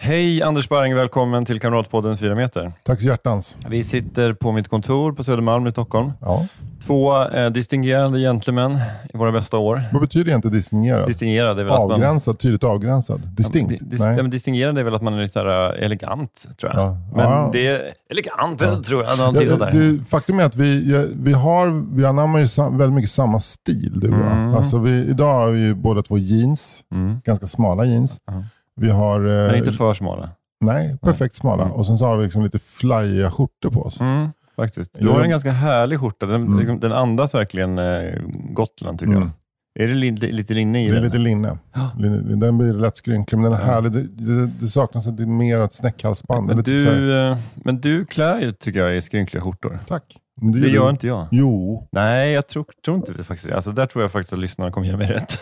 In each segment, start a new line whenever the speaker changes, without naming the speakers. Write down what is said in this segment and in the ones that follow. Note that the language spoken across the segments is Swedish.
Hej Anders Barring, välkommen till Kamratpodden 4 meter.
Tack så hjärtans.
Vi sitter på mitt kontor på Södermalm i Stockholm.
Ja.
Två eh, distingerade gentlemän i våra bästa år.
Vad betyder egentligen distingerad?
Distingerade är väl att man...
Avgränsad, tydligt avgränsad. Distinkt?
Di- dis-
Nej.
ja, men distingerande är väl att man är lite så här, eh, elegant, tror jag.
Ja.
Men
Ja.
det är elegant, tror jag. Någonting
Ja,
sånt där.
det, faktum är att vi, ja, vi, har, vi anammar ju sam, väldigt mycket samma stil, du och
Mm.
jag. Alltså vi, idag har vi ju båda två jeans,
Mm.
ganska smala jeans.
Ja.
Vi har... eh,
Men inte för smala.
Nej, perfekt smala.
Mm.
Och sen så har vi liksom lite flyiga skjortor på oss.
Mm, faktiskt. Du
Jag-
har en ganska härlig skjorta. Den,
Mm.
liksom, den andas verkligen eh, Gotland, tycker
Mm.
jag. Är det li- lite linne i
Det är
den?
lite linne.
Ja.
Linne- Den blir lätt skrynklig, men den är härlig. Det, det, det saknas inte mer av ett snäckhalsband.
men,
Eller typ så här,
du, eh, men du klär ju, tycker jag, i skrynkliga skortor.
tack. Men
Det gör
du.
inte jag.
Jo,
Nej, jag tror, tror inte det faktiskt. Alltså, där tror jag faktiskt att lyssnarna kommer ge mig rätt.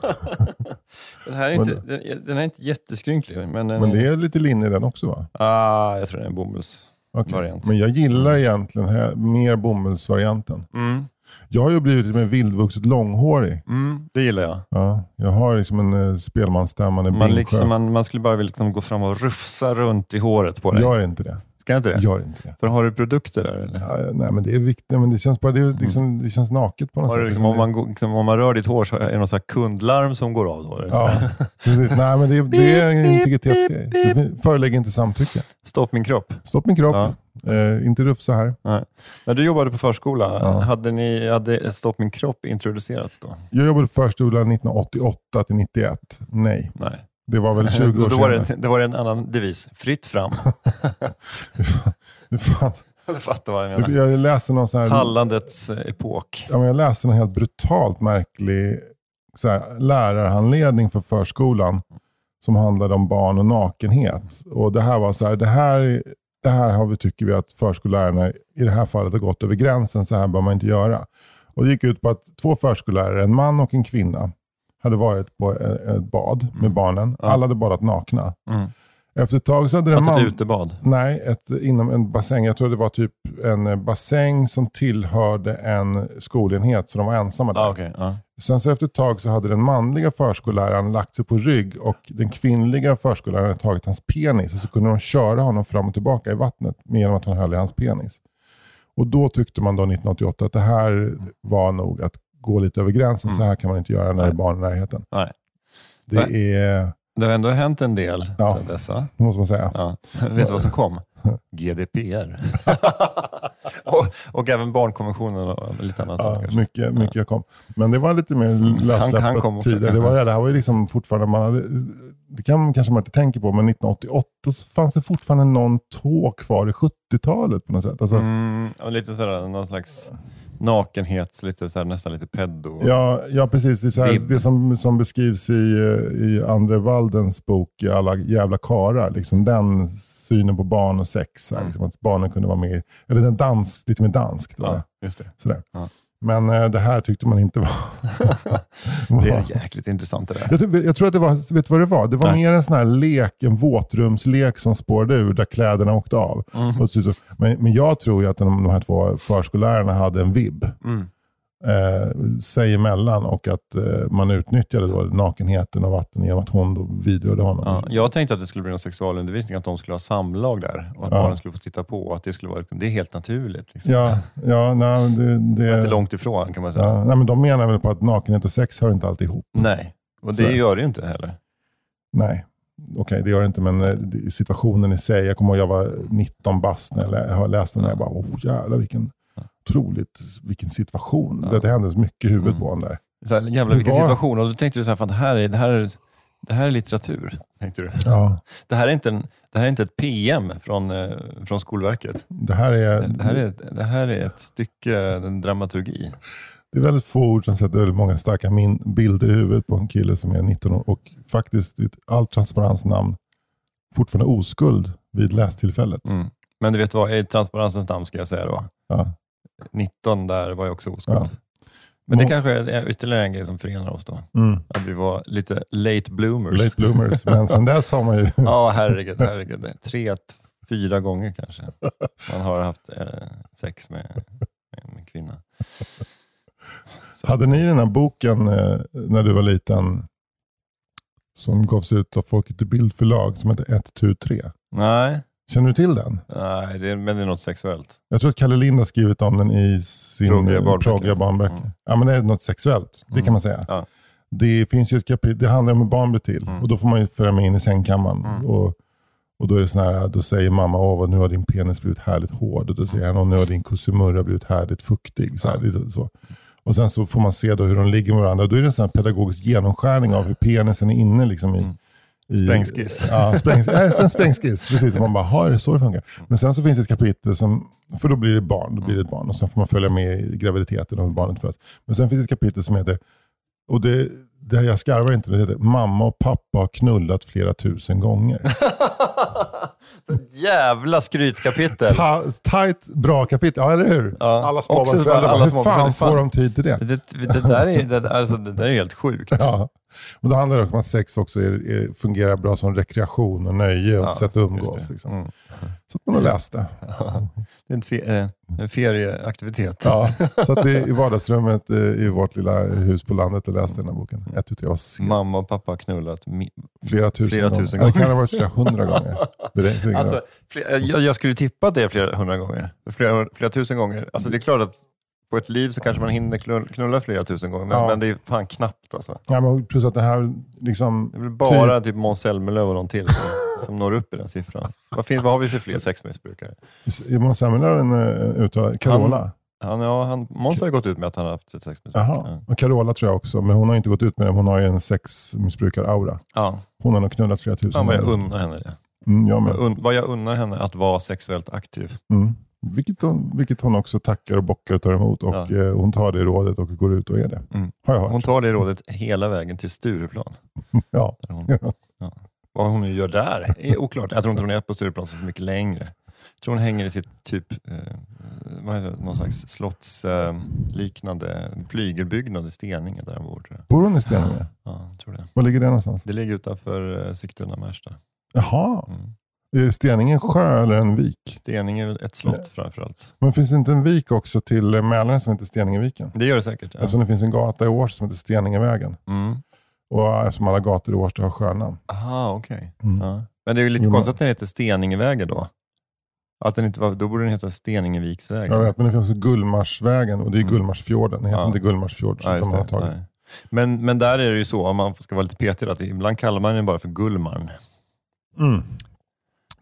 den, här är inte, den, den är inte jätteskrynklig, men, den,
men det är lite linne i den också va?
ah, jag tror den är en bomullsvariant.
Okej. Men jag gillar egentligen här, mer bomullsvarianten.
Mm,
Jag har ju blivit lite mer vildvuxet långhårig.
mm, det gillar jag.
Ja, jag har liksom en eh, spelmansstämman i
Man,
Bingsjö.
liksom, man, man skulle bara vilja liksom gå fram och rufsa runt i håret på dig.
Gör inte det.
Ska jag inte det?
Gör inte det.
För har du produkter där? Eller?
Ja, ja, nej, men det är viktigt. Men det känns, bara, det, är liksom, det känns naket på något
Mm. Har
sätt.
du, liksom, om, man, går- liksom, om man rör ditt hår så är det någon sån här kundlarm som går av då?
Ja, precis. Nej, men det, det är en integritetsgrej. Det fin- Förelägger inte samtycke.
Stopp min kropp.
Stopp min kropp. Eh, inte rufsa här.
När du jobbade på förskola,
Ja.
hade, ni, hade Stopp min kropp introducerats då?
Jag jobbade på förskola 1988 till 91. Nej,
Nej.
det var väl 20 år
Då,
senare.
Eh, då, var det, då var det en annan devis. Fritt fram.
Hur fan-
du fattar vad jag menar.
Jag läste någon sån här...
Tallandets epok.
ja, men jag läste en helt brutalt märklig så här, lärarhandledning för förskolan som handlade om barn och nakenhet. Och det här var så här, det här, det här har vi, tycker vi att förskollärarna i det här fallet har gått över gränsen, så här bör man inte göra. Och det gick ut på att två förskollärare, en man och en kvinna, hade varit på ett ett bad med barnen.
Mm. Ja.
Alla hade badat nakna.
Mm.
Efter ett tag så hade den
Alltså ett
man...
utebad.
Nej, ett, inom en bassäng. Jag tror det var typ en eh, bassäng som tillhörde en skolenhet, så de var ensamma där.
Ah, okay. ja.
Sen så efter ett tag så hade den manliga förskolläraren lagt sig på rygg och den kvinnliga förskolläraren hade tagit hans penis och så kunde de köra honom fram och tillbaka i vattnet med- genom att hon höll i hans penis. Och då tyckte man då 1988 att det här var nog att gå lite över gränsen. Så här kan man inte göra när det är barn i närheten.
Nej.
Det är,
Det har ändå hänt en del
Ja.
sedan dess. va?
det måste man säga.
Ja. Vet du vad som kom? GDPR. och, och även barnkonventionen och lite annat. sånt
Ja,
kanske.
mycket, mycket jag kom. Men det var lite mer
Han- han kom
lössläppta
också,
tider. Det,
kanske.
var, ja, det här var ju liksom fortfarande, man hade, det kan, kanske man inte tänker på, men 1988 så fanns det fortfarande någon tå kvar i 70-talet på något sätt. Alltså,
Mm, och lite sådär, någon slags nakenhets, lite såhär, nästan lite peddo.
ja, ja, precis. Det, är så
Vibb.
här, det som, som beskrivs i, eh, i Andre Waldens bok, i Alla jävla karar, liksom den synen på barn och sex. Så här,
Mm.
liksom, att barnen kunde vara med, i- eller den dans, lite mer danskt. var
Ja,
det.
just det.
Sådär.
Ja.
Men eh, det här tyckte man inte var...
Det är jäkligt intressant det där.
Jag, tror- jag tror att det var, vet du vad det var? Det var
Nej.
mer en sån här lek, en våtrumslek som spårade ur där kläderna åkte av.
Mm.
Och så, men, men jag tror ju att de, de här två förskollärarna hade en vibb
Mm.
eh, sig emellan och att eh, man utnyttjade då nakenheten och vatten genom att hon då vidrörde honom.
Ja, jag tänkte att det skulle bli någon sexualundervisning, att de skulle ha samlag där och att
Ja.
barnen skulle få titta på. Och att det, skulle vara, det är helt naturligt. Liksom.
Ja, ja nej, men det,
Det är
det,
Inte långt ifrån kan man säga.
ja, nej, men de menar väl på att nakenhet och sex hör inte alltid ihop.
Nej, och det
Så.
gör det ju inte heller.
Nej, okej det gör det inte, men eh, det- situationen i sig. Jag kommer ihåg jag var 19 bast när jag lä- jag läste den där. Jag
Mm.
bara, oh jävlar vilken, otroligt, vilken situation. Det, det hände så mycket i huvudet på honom där.
Så här, jävlar
Hur
vilken
var-
situation. Och då tänkte du så här, fan, det, här är, det, här är, det här är litteratur. Tänkte du.
Ja,
Det, här är inte en, det här är inte ett PM från, eh, från Skolverket.
det här är...
Det här är, ett- det här är ett stycke eh, dramaturgi.
Det är väldigt få ord som sätter väldigt många starka min- bilder i huvudet på en kille som är 19 år och faktiskt i all transparens namn fortfarande oskuld vid lästillfället.
Mm. Men du vet vad, i transparensens namn ska jag säga då.
Ja.
19 där var jag också oskuld.
Ja.
Men det
Må-
kanske är ytterligare en grej som förenar oss då.
Mm.
Att vi var lite late bloomers.
Late bloomers, men sen dess har man ju...
Ja, herregud. herregud. Tre, t- fyra gånger kanske man har haft eh, sex med, med en kvinna. Så.
Hade ni den här boken eh, när du var liten som gavs ut av Folket i Bildförlag som hette 1, 2, 3?
Nej,
Känner du till den?
nej det, men det är något sexuellt.
Jag tror att Kalle Lind har skrivit om den i sin
Proggiga barnböcker.
Proggiga barnböcker.
Mm.
Ja, men det är något sexuellt, det
Mm.
kan man säga.
Ja.
Det finns ju ett kapitel, det handlar om hur barn blir till.
Mm.
Och då får man ju föra med in i sängkammaren.
Mm.
Och, och då är det sån här, då säger mamma, åh vad nu har din penis blivit härligt hård. Och då säger han, "Åh, nu har din kusimurra blivit härligt fuktig. Så här, lite så. Och sen så får man se då hur de ligger med varandra. Och då är det en sån här pedagogisk genomskärning av hur penisen är inne liksom i...
Mm.
i
Sprängskiss.
Ja, sprängs, äh, en sprängskiss. Precis, Och man bara, "Ha, är det så det funkar?
Mm.
Men sen så finns det ett kapitel som, för då blir det barn, då blir det ett barn. Och sen får man följa med i graviditeten och hur barnet föds. Men sen finns det ett kapitel som heter, och det, det här jag skarvar inte, det heter Mamma och pappa har knullat flera tusen gånger.
Jävla skrytkapitel.
Ta, tight, bra kapitel, ja eller hur?
Ja.
Alla
Också-
småbarnsföräldrar, bara,
alla
hur fan
småbarnsföräldrar,
får de tid till det?
Det, det, där är, det, där- alltså, det där är helt sjukt.
Ja. Och då handlar det om att sex också är, är, fungerar bra som rekreation och nöje och ett sätt att
just
umgås.
det.
Liksom.
Mm.
Så att man har läst det.
Det är en, fe, eh, en ferieaktivitet.
Ja, så att det är i vardagsrummet eh, i vårt lilla hus på landet och läste den här boken.
Mm.
Jag tyckte jag har sett
Mamma och pappa har knullat. mi-
flera tusen
Flera
gånger.
tusen
Ja, Det kan ha varit flera hundra gånger. Det räcker inte.
Alltså, flera, jag, jag skulle tippa att det är flera hundra gånger. Flera, flera tusen gånger. Alltså, det är klart att på ett liv så kanske man hinner knull- knulla flera tusen gånger, men,
Ja.
men det är fan knappt. Alltså.
ja, men plus att det här, liksom,
Det är väl bara typ Måns Zelmerlöw och någon till som, som når upp i den siffran. Vad, finns, vad har vi för fler sexmissbrukare?
Måns Zelmerlöw är en eh, uttalad, Carola.
Han, ja, han, Måns har ju gått ut med att han har haft ett sexmissbruk.
Jaha. Och Carola tror jag också, men hon har ju inte gått ut med det. men Hon har ju en sexmissbrukar-aura.
Ja.
Hon har nog knullat flera tusen
Fan vad jag
gånger.
unnar henne det.
Mm, jag med.
Vad un- Vad jag unnar henne att vara sexuellt aktiv.
Mm. Vilket, hon, vilket hon också tackar och bockar och tar emot. Och
Ja.
eh, Hon tar det rådet och går ut och är det.
Mm.
Har jag hört.
Hon tar det rådet hela vägen till Stureplan.
Ja.
Där hon, ja. Vad hon nu gör där är oklart. Jag tror inte hon är på Stureplan så mycket längre. Jag tror hon hänger i sitt typ, eh, vad heter det, någon slags slottsliknande eh, flygelbyggnad i Steninge där hon bor. Tror jag.
Bor hon i Steninge?
Ja, jag tror det.
Var ligger det någonstans?
det ligger utanför eh, Sigtuna Märsta.
Jaha.
Mm.
Är Steninge en sjö eller en vik?
Steninge är väl ett slott framförallt.
Men finns det inte en vik också till eh, Mälaren som heter Steningeviken?
Det gör det säkert. Ja.
Eftersom det finns en gata i Årsta som heter Steningevägen.
Mm.
Och eh, eftersom alla gator i Årsta har sjönamn.
Aha, okej.
Mm.
Ja. Men det är ju lite
Jo, men-
konstigt att den heter Steningevägen då. Att den inte var, då borde den heta Steningeviksvägen.
Jag vet, men det finns också Gullmarsvägen och det är
Mm.
Gullmarsfjorden. Det heter
Ja.
inte Gullmarsfjord som
Ja,
de
just
har
det.
tagit.
Nej. Men, men där är det ju så, om man ska vara lite petig, att ibland kallar man den bara för Gullmarn.
Mm.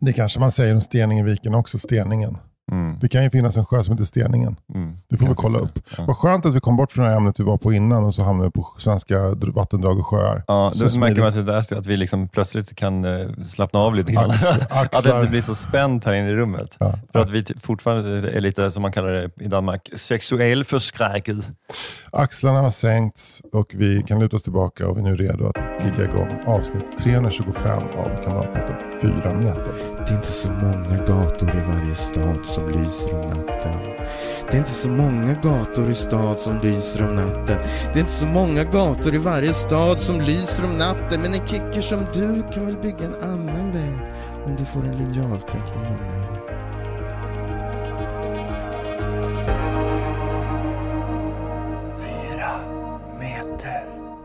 Det kanske man säger om Steningeviken också, Steningen.
Mm.
Det kan ju finnas en sjö som heter Steningen.
Mm.
Det får vi
Kanske
kolla
så.
upp.
Ja.
Vad skönt att vi kom bort från det här ämnet vi var på innan och så hamnade vi på svenska dr- vattendrag och sjöar.
Ja,
Så
då märker
smidigt.
man att, det där, att vi liksom plötsligt kan eh, slappna av lite grann.
Ax-
Att det
axlar.
inte blir så spänt här inne i rummet.
Ja.
För att vi ty- fortfarande är lite, som man kallar det i Danmark, sexuell förskräkud.
Axlarna har sänkts och vi kan luta oss tillbaka och vi är nu redo att kicka igång avsnitt 325 av Kamratpodden 4 meter.
Det är inte så många gator i varje stad som lyser om natten. Det är inte så många gator i stad som lyser om natten. Det är inte så många gator i varje stad som lyser om natten. Men en kicker som du kan väl bygga en annan väg om du får en linjalteckning av mig.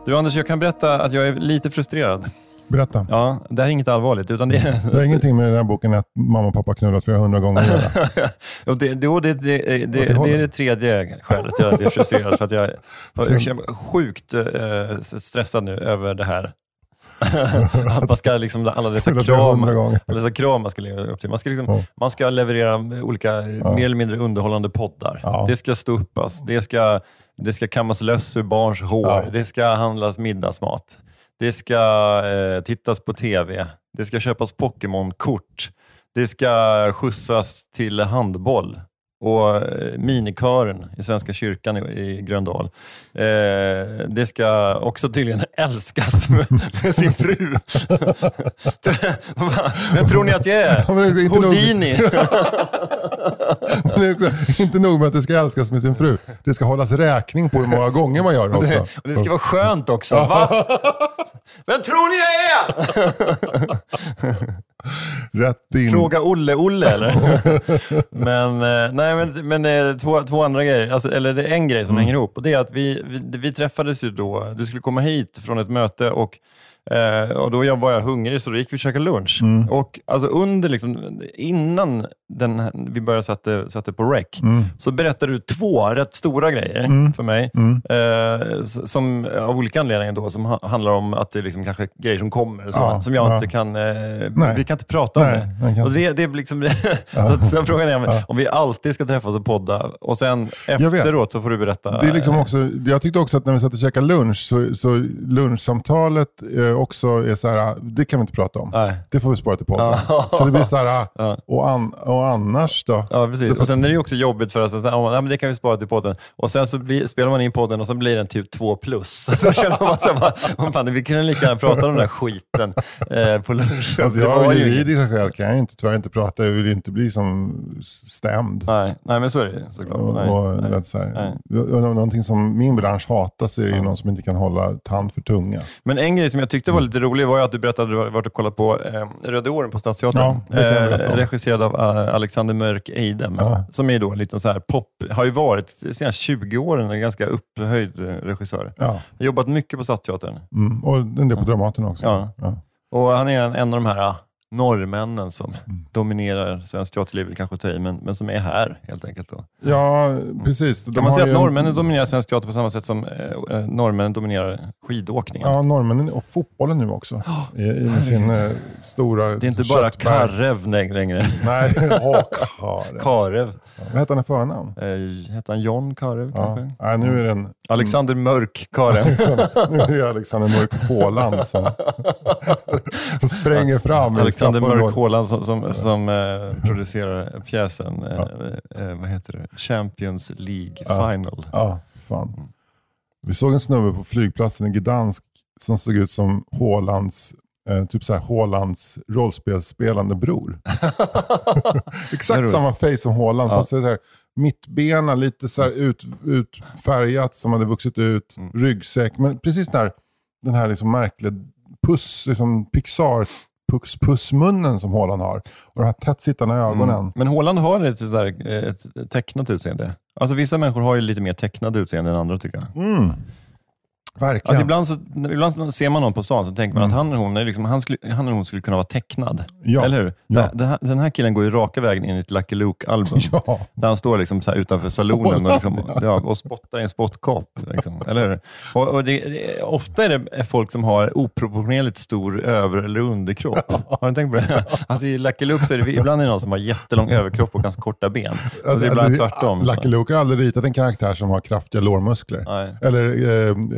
Du Anders, jag kan berätta att jag är lite frustrerad.
Berätta.
Ja, det här är inget allvarligt, utan det är
Det har ingenting med den här boken att mamma och pappa knullat flera hundra gånger. att göra.
Och det, det, och det, det, det, det,
det håller.
är det tredje skälet till att jag är frustrerad. för att jag, jag känner mig sjukt eh, stressad nu över det här. att man ska liksom, alla dessa
Knullat flera hundra
krav,
gånger.
alla dessa krav man ska leva upp till. Man ska, liksom,
Ja.
man ska leverera olika eh,
Mm. Ja.
mer eller mindre underhållande poddar.
Ja.
Det ska stå uppas. Det ska Det ska kammas löss ur barns hår.
Ja.
Det ska handlas middagsmat. Det ska eh, tittas på TV. Det ska köpas Pokémon-kort. Det ska skjutsas till handboll. Och eh, minikören i Svenska kyrkan i, i Gröndal. Eh, det ska också tydligen älskas med, med sin fru. Vem tror ni att jag är?
Ja, men det är inte nog-
Houdini?
Men det är också, inte nog med att det ska älskas med sin fru. Det ska hållas räkning på hur många gånger man gör det
Det,
också.
och det ska vara skönt också. Va? Vem tror ni jag är?
Rätt in.
Fråga Olle-Olle eller? men eh, nej, men, men eh, två, två andra grejer, alltså, eller det är en grej som
Mm.
hänger ihop. Och det är att vi, vi, vi träffades ju då, du skulle komma hit från ett möte och Eh, och då var jag bara hungrig, så då gick vi och käkade lunch.
Mm.
Och alltså under, liksom, innan den här, vi började sätta, sätta på rec,
Mm.
så berättade du två rätt stora grejer för mig.
Mm.
Eh, s- som av olika anledningar då, som ha, handlar om att det är liksom kanske grejer som kommer, som,
Ja,
som jag
ja.
inte kan... Eh,
Nej.
vi kan inte prata om
Nej, man
det.
kan
Och det, det blir liksom, så att, sen frågan är om, om vi alltid ska träffas och podda. Och sen
vet.
efteråt så får du berätta.
Det är liksom också, jag tyckte också att när vi satt och käkade lunch, så, så lunchsamtalet eh, också är så här, det kan vi inte prata om.
Nej.
Det får vi spara till podden. Så det blir så här, ah, och, an, och annars då?
Ja, precis. Och sen är det ju också jobbigt för oss. att säga, Ja, men det kan vi spara till podden. Och sen så blir, spelar man in podden och så blir den typ två plus. Då känner man så här, bara, "Vad fan, vi kunde lika gärna prata om den där skiten eh, på lunchen.
Alltså
Det
jag
var
av
ju inget.
juridiska skäl kan jag ju inte, tyvärr inte prata. Jag vill ju inte bli som stämd.
Nej, nej, men så är det ju såklart.
Och,
Nej,
och,
nej.
vet, så här,
Nej.
någonting som min bransch hatar så är det ju någon som inte kan hålla tand för tunga.
Men en grej som jag tyckte var
Mm.
lite rolig var ju att du berättade att du har varit och kollat på eh, Röde åren på Stadsteatern.
Ja, det kan jag berätta om.
regisserad av eh, Alexander Mörk Eidem,
Ja.
som är då en liten så här pop, har ju varit de senaste 20 åren en ganska upphöjd eh, regissör.
Ja.
Har jobbat mycket på Stadsteatern.
Mm. Och en del på Dramaten också.
Ja.
Ja.
Och han är en, en av de här ah, norrmännen som
Mm.
dominerar svenskt teaterliv, vill kanske ta i, men, men som är här helt enkelt. Då.
Ja, precis. De
Kan man
har
säga
ju
att
en-
norrmännen dominerar svensk teater på samma sätt som eh, eh, norrmännen dominerar skidåkningen?
Ja, norrmännen och fotbollen nu också. I, i med sin eh, stora
Det är inte bara
köttberg.
Karev läng- längre.
Nej, ja, Karre.
Karev.
Vad heter han i förnamn?
Eh, hette han John Karev
Ja. Mm.
kanske?
Nej, nu är det en...
Alexander Mörk Karev.
Nu är det Alexander Mörk Håland som, som spränger fram. i
Alexander
straffområdet.
Mörk Håland som, som, som eh, producerar pjäsen, eh, eh, vad heter det? Champions League Final.
Ja, fan. Vi såg en snubbe på flygplatsen i Gdansk som såg ut som Hålands, eh, typ så här Hålands rollspelsspelande bror.
Det är
Exakt
roligt.
samma face som Håland,
Ja.
fast det är så här, mittbena lite så här ut, utfärgat som hade vuxit ut,
Mm.
ryggsäck. Men precis den här, den här liksom märkliga puss, liksom Pixar, puss, pussmunnen som Håland har. Och de här tätt sittande ögonen.
Mm. Men Håland har ett, sådär, eh, ett tecknat utseende. Alltså vissa människor har ju lite mer tecknat utseende än andra tycker jag.
Mm.
Alltså,
Verkligen.
ibland, så, ibland så ser man någon på stan så tänker man att han eller hon, är liksom, han, skulle, han eller hon skulle kunna vara tecknad.
Mm. Ja.
Eller hur?
Ja.
Den- Den, här, den här killen går ju raka vägen in i ett Lucky Luke-album.
Ja.
Där han står liksom så här utanför salonen och, liksom, ja, och spottar i en spottkopp. Liksom. Eller hur? Och, och det, det, ofta är det folk som har oproportionerligt stor över eller underkropp. Har du tänkt på det? Alltså, I Lucky Luke så är det ibland är det någon som har jättelång överkropp och ganska korta ben. Och så är Alltså, det ibland tvärtom. så.
Lucky Luke har aldrig ritat en karaktär som har kraftiga lårmuskler.
Nej.
Eller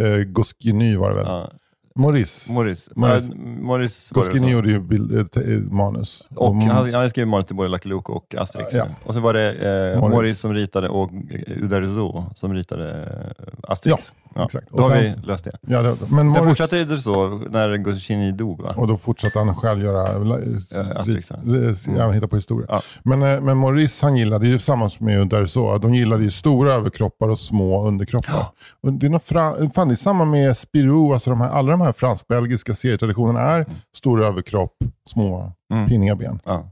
eh, eh, Goscinny var det väl?
Ja.
Maurice.
Morris.
Morris.
Morris. Morris var det
Goscinny
så.
gjorde ju bild, eh, te- eh, manus.
Och
Mm.
han, han hade skrivit manus till både Lucky Luke och Asterix.
Ja.
Och så var det eh,
Morris.
Morris. som ritade och eh, Uderzo som ritade eh, Asterix.
Ja, exakt.
Då
Och
har
sen-
vi löst det.
ja, det, men
Sen
Morris,
fortsatte det så när Goscinny dog va?
Och då fortsatte han själv göra,
Eh, Asterix, ja.
ja, hitta på historier.
Ja.
Men, eh, men Maurice han gillade ju tillsammans med Derso, de gillade ju stora överkroppar och små underkroppar. Och det, är något fra, fan, det är samma med Spirou, alltså de här, alla de här fransk-belgiska serietraditionerna är stora överkropp, små
Mm.
pinniga ben.
Ja.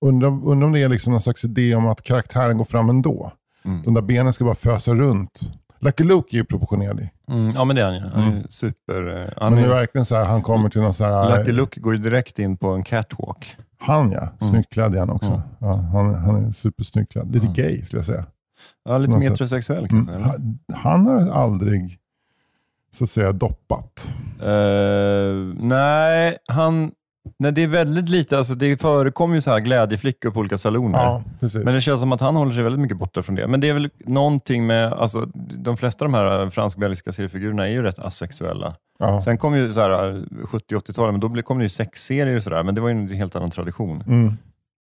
Undrar undra om det är liksom någon slags idé om att karaktären går fram ändå.
Mm.
De där benen ska bara fösa runt. Lucky Luke är ju proportionerlig.
Mm, ja, men det är han ju. Han är ju super... eh, Han
Men det är
är,
verkligen så här, han kommer till någon så här...
Lucky Luke Mm. går ju direkt in på en catwalk.
Han ja, snyggt klädd är han också.
Mm.
Ja, han, han är supersnyggt klädd. Lite gay skulle jag säga.
Ja, lite
Något
mer
sätt.
heterosexuell
Mm.
kanske? eller?
Han, han har aldrig, så att säga, doppat.
Eh, nej, han... Nej, det är väldigt lite. Alltså, det förekommer ju så här glädjeflickor på olika saloner.
Ja, precis.
Men det känns som att han håller sig väldigt mycket borta från det. Men det är väl någonting med, alltså, de flesta av de här fransk-belgiska seriefigurerna är ju rätt asexuella.
ja.
Sen kom ju så här 70-80-talet, men då blev- kom det ju sexserier och sådär, men det var ju en helt annan tradition.
mm.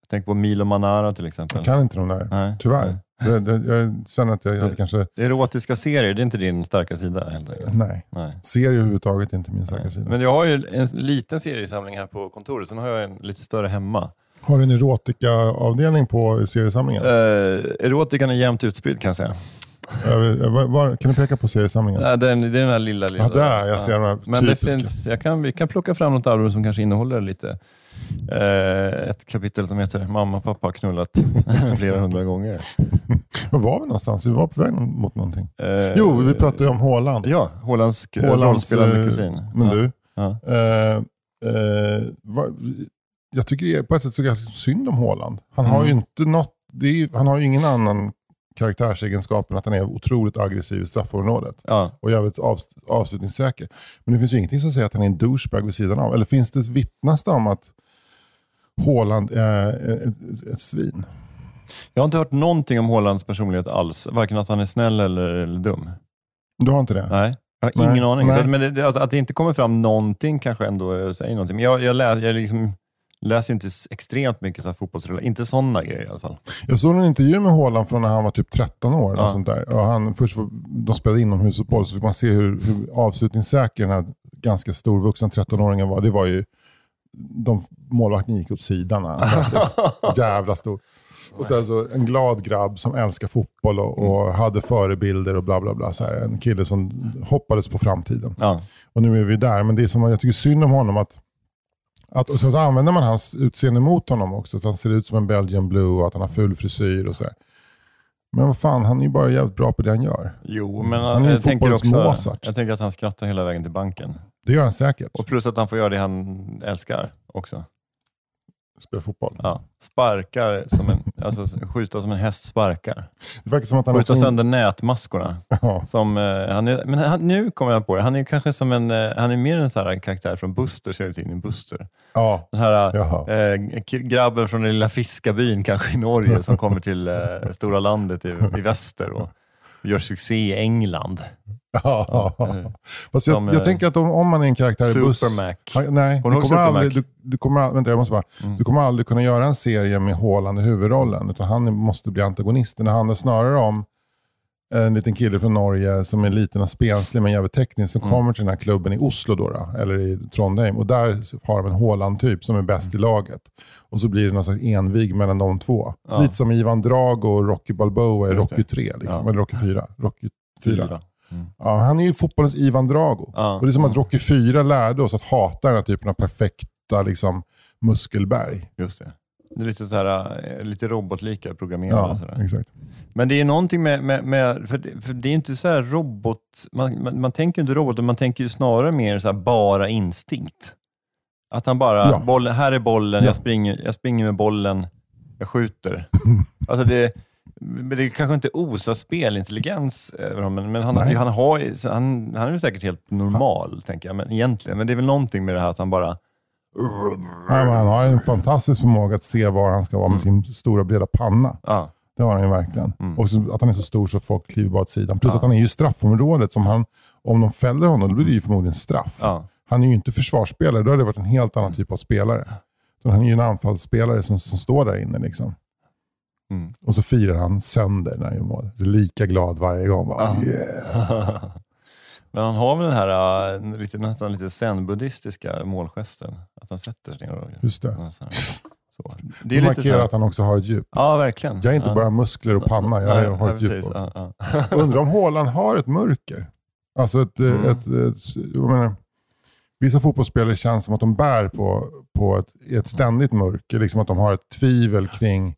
Tänk på Milo Manara till exempel.
Jag kan inte de där,
Nej.
tyvärr. Det, det, jag känner att jag hade kanske...
Erotiska serier, det är inte din starka sida helt enkelt.
Nej,
Nej.
serier överhuvudtaget är inte min starka sida.
Men jag har ju en liten seriesamling här på kontoret, sen har jag en lite större hemma.
Har du en erotika-avdelning på seriesamlingen?
Eh, erotikan är jämnt utspridd kan jag säga.
Över- var, var, kan du peka på seriesamlingen?
Nej, den, det är den här lilla, lilla.
Ja, där. Jag ser de här
Men det
typiska.
finns, jag kan, vi kan plocka fram något album som kanske innehåller lite. Eh, ett kapitel som heter Mamma pappa har knullat flera hundra gånger.
Var var vi någonstans? Vi var på väg mot någonting.
Eh,
Jo, vi pratade ju om Haaland.
Ja, holländsk eh,
Haalands,
rollspelande
eh,
kusin.
Men
ja.
du,
Ja.
eh, eh, vad- jag tycker det är på ett sätt så ganska synd om Haaland. Han har
Mm.
ju inte något, det är, ju- han har ju ingen annan karaktärsegenskap än att han är otroligt aggressiv i straffområdet
Ja.
och jävligt av, avslutningssäker. Men det finns ju ingenting som säger att han är en douchebag vid sidan av. Eller finns det vittnas det om att Haaland är ett, ett svin?
Jag har inte hört någonting om Haalands personlighet alls. Varken att han är snäll eller, eller dum.
Du har inte det?
Nej, jag har
Nej,
ingen aning.
nej.
Så att, men det- det, alltså, att det inte kommer fram någonting kanske ändå säger någonting. Men jag, jag, lä, jag liksom läser ju inte s- extremt mycket så här fotbollsrelaterat. Inte sådana grejer i alla fall.
Jag såg en intervju med Haaland från när han var typ 13 år. eller
Ja.
Och sånt där. Och han, först var, de spelade inomhusfotboll så fick man se hur, hur avslutningssäker den här ganska storvuxna 13-åringen var. Det var ju, de, målvakten gick åt sidan. när Han satt. jävla stor. Och sen så en glad grabb som älskar fotboll och, och hade förebilder och bla bla bla. Så här, en kille som hoppades på framtiden.
Ja.
Och nu är vi där, men det är som att jag tycker synd om honom att, att och sen så använder man hans utseende mot honom också. Att han ser ut som en Belgian blue och att han har ful frisyr och så här. Men vad fan, han är ju bara jävligt bra på det han gör.
Jo, men
Mm.
eh,
Han är
jag,
en
tänker också,
fotbolls-Mozart.
jag tänker att han skrattar hela vägen till banken.
Det gör han säkert.
Och plus att han får göra det han älskar också.
Spelar fotboll.
Ja. Sparkar som en, alltså skjuta som en häst sparkar.
Det verkar som att han...
Skjuta sönder nätmaskorna.
Ja.
Som, eh, han är, men han, nu kommer jag på det. Han är kanske som en, eh, han är mer en sån här karaktär från Buster, serietidningen Buster.
ja.
Den här eh,
Jaha.
eh, k- grabben från den lilla fiskarbyn kanske i Norge som kommer till eh, stora landet i, i väster och gör succé i England.
Ja. Fast
Som,
jag,
eh,
jag tänker att om, om man är en karaktär i buss...
Supermac.
Ja, Nej,
Kommer du
du
ihåg
kommer, aldrig, du,
Supermac? Mm.
du, kommer, all- vänta, jag måste bara, du kommer aldrig kunna göra en serie med Haaland i huvudrollen. Utan han måste bli antagonisten. Det handlar snarare om en liten kille från Norge som är liten och spenslig men jävligt teknisk som
Mm.
kommer till den här klubben i Oslo då, då, eller i Trondheim. Och där har de en Haaland-typ som är bäst
Mm.
i laget. Och så blir det någon slags envig mellan de två.
Ja.
Lite som Ivan Drago och Rocky Balboa i
Just det.
Rocky 3, liksom,
Ja.
eller Rocky 4. Rocky 4. Ja, han är ju fotbollens Ivan Drago.
Ja.
Och det är som att Rocky 4 lärde oss att hata den här typen av perfekta liksom, muskelberg.
Just det. Det är lite, så här, eh, lite robotlika programmerade.
Ja,
sådär.
exakt.
Men det är någonting med, med, med för, det, för det är inte så här robot, man, man, man tänker ju inte robot, man tänker ju snarare mer så här bara instinkt. Att han bara,
Ja.
bollen, här är bollen,
Ja.
jag, springer, jag springer med bollen, jag skjuter. alltså det, men det är kanske inte osar spelintelligens över honom, men han,
Nej.
han, har, ju- så han, han är väl säkert helt normal, tänker jag, men egentligen. Men det är väl någonting med det här att han bara...
Ja, men han har en fantastisk förmåga att se var han ska vara med
Mm.
sin stora breda panna.
Ja,
Det har han ju verkligen.
Mm.
Och så, att han är så stor så folk kliver bara åt sidan. Plus att han är ju i straffområdet. Som han, om de fäller honom då blir det ju förmodligen straff.
Ja.
Han är ju inte försvarsspelare. Då hade det varit en helt annan typ av spelare. Så han är ju en anfallsspelare som, som står där inne. Liksom.
Mm.
Och så firar han sönder när han gör mål. Så Lika glad varje gång. Bara,
Ja.
yeah.
Men han har väl den här eh, lite, nästan lite zen-buddhistiska målgesten. Att han sätter sig ner och...
Just det.
och så här. Så. Det
Det
är lite så
markerar
här,
att han också har ett djup.
Ja, verkligen.
Jag är inte
ja.
bara muskler och panna, jag
Ja,
har
ja,
ett djup
precis.
också.
Ja, ja.
Undrar om Haaland har ett mörker? Alltså ett, eh,
Mm.
ett, ett jag menar, vissa fotbollsspelare känns som att de bär på, på ett, ett ständigt mörker. Liksom att de har ett tvivel kring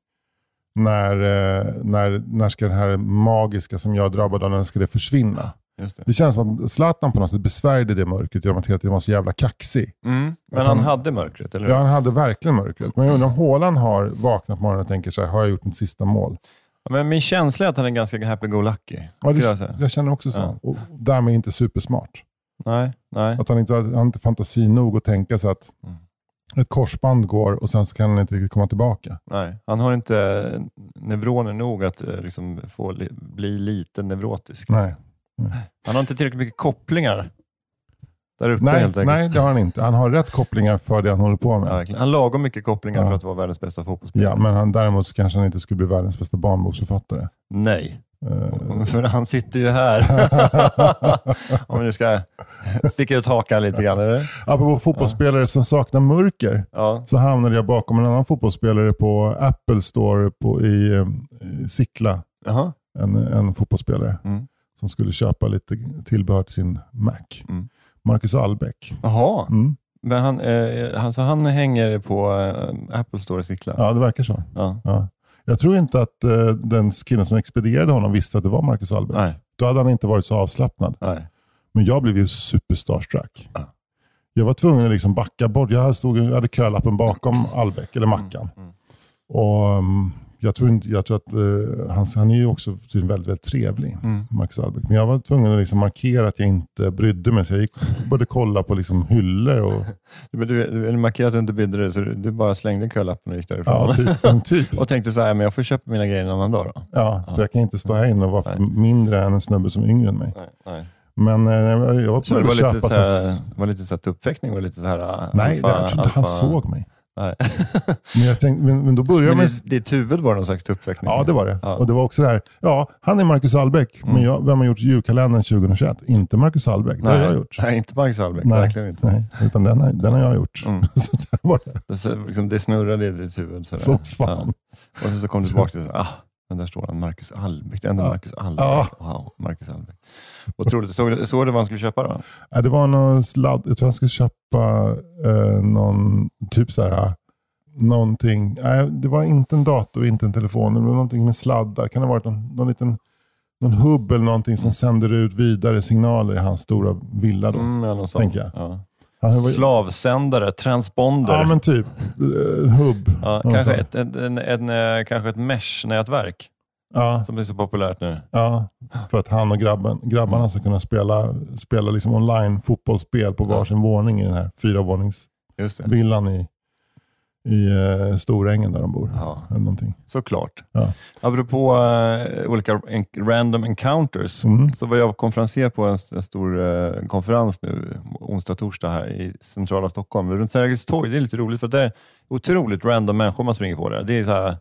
när, eh, när, när ska det här magiska som jag drabbade av, när ska det försvinna?
Just det.
Det känns som att Zlatan på något sätt besvärjde det mörkret genom att hela tiden vara så jävla kaxig.
Mm. Men
Att
han
han-
hade mörkret, eller hur?
Ja, han hade verkligen mörkret. Men jag undrar om Haaland har vaknat på morgonen och tänker så här, har jag gjort mitt sista mål?
Ja, Men min känsla är att han är ganska happy-go-lucky.
Ja,
skulle jag
det,
säga.
jag känner också så.
Ja.
Och därmed inte supersmart.
Nej, nej.
Att han inte har han har inte fantasi nog att tänka sig att
Mm.
ett korsband går och sen så kan han inte riktigt komma tillbaka.
Nej, han har inte neuroner nog att eh, liksom, få li- bli lite neurotisk.
Nej,
Han har inte tillräckligt mycket kopplingar där uppe
nej,
helt enkelt.
nej det har han inte. Han har rätt kopplingar för det han håller på
Ja,
med.
verkligen. han har lagom mycket kopplingar
Ja.
för att vara världens bästa fotbollsspelare.
Ja, men han, däremot så kanske han inte skulle bli världens bästa barnboksförfattare.
Nej,
Eh,
för han sitter ju här. Om vi nu ska sticka ut hakan lite grann. Eller?
Apropå fotbollsspelare som saknar mörker.
Ja.
så hamnade jag bakom en annan fotbollsspelare på Apple Store på, i, eh, i Sickla.
Jaha.
En, en fotbollsspelare
Mm.
som skulle köpa lite tillbehör till sin Mac.
Mm.
Marcus Albeck.
Jaha.
Mm.
Men han, eh, alltså han hänger på eh, Apple Store i Sickla?
Ja, det verkar så.
Ja.
Ja. Jag tror inte att eh, den killen som expedierade honom visste att det var Marcus Albeck.
Nej.
Då hade han inte varit så avslappnad.
Nej.
Men jag blev ju superstarstruck.
Ja.
Jag var tvungen att liksom backa bort. Jag stod, jag hade kölappen bakom Albeck, eller Mackan.
Mm, mm.
Och, um, jag, tror inte, jag tror att eh, han, han är ju också tydligen väldigt, väldigt trevlig,
Mm.
Marcus Albeck. Men jag var tvungen att liksom markera att jag inte brydde mig. Så jag gick, började kolla på liksom hyllor. Och,
Men du, du eller markerade att du inte brydde dig, så du, du bara slängde kölappen och gick därifrån.
ja, typ. men typ.
Och tänkte så här, men jag får köpa mina grejer en annan dag då.
Ja, för jag kan inte stå här inne och vara för mindre än en snubbe som är yngre än mig.
Nej, nej.
Men eh, jag jag var
Så det
tvungen
var
att
lite, så
köpa... Så här,
här, var lite så här tuppfäktning? Var lite så här, äh,
nej,
alfa-
jag tror inte han
alfa-
såg mig.
Nej.
Men, jag tänkte, men, men då började
Men
man...
i ditt huvud var det någon slags tuppfäktning?
Ja, det var det.
Ja. Mm.
Och det var också det här, ja, han är Marcus Albeck, men jag, vem har gjort julkalendern 2021? Inte Marcus Albeck, det har jag gjort.
Nej, inte Marcus Albeck.
Nej,
Verkligen inte.
Nej, utan den, har- den har jag gjort.
Mm.
Så där var det.
Det, så- liksom, det snurrade i ditt huvud. Sådär.
Så fan.
Och sen så kom du tillbaka till så, ah, men där står han, Marcus Albeck. Det är ändå
Ja.
Marcus Albeck.
Ja.
Wow, Marcus Albeck. Och trodde, såg, såg du vad han skulle köpa då?
Ja, det var någon sladd, jag tror han skulle köpa eh, någon, typ så här, någonting. Nej, det var inte en dator, inte en telefon, det var någonting med sladdar. Kan det ha varit någon, någon liten någon hubb eller någonting som sänder ut vidare signaler i hans stora villa då?
Mm, eller något sånt.
tänker jag.
Ja.
Han var-
Slavsändare, transponder.
Ja, men typ. eh, En hubb.
Ja,
Någon
kanske,
sån.
ett, ett, en, en, eh, kanske ett mesh-nätverk
Ja,
som blir så populärt nu.
ja, för att han och grabben, grabbarna ska kunna spela, spela liksom online fotbollsspel på varsin våning i den här fyravåningsvillan
Just det.
i, i eh, Storängen där de bor.
Ja.
Eller någonting.
Såklart.
Ja.
Apropå eh, olika en, random encounters,
Mm.
så var jag konferencier på en, s- en stor eh, konferens nu, onsdag och torsdag här i centrala Stockholm. Runt Sergels torg, det är lite roligt för det är otroligt random människor man springer på där. Det, är så här,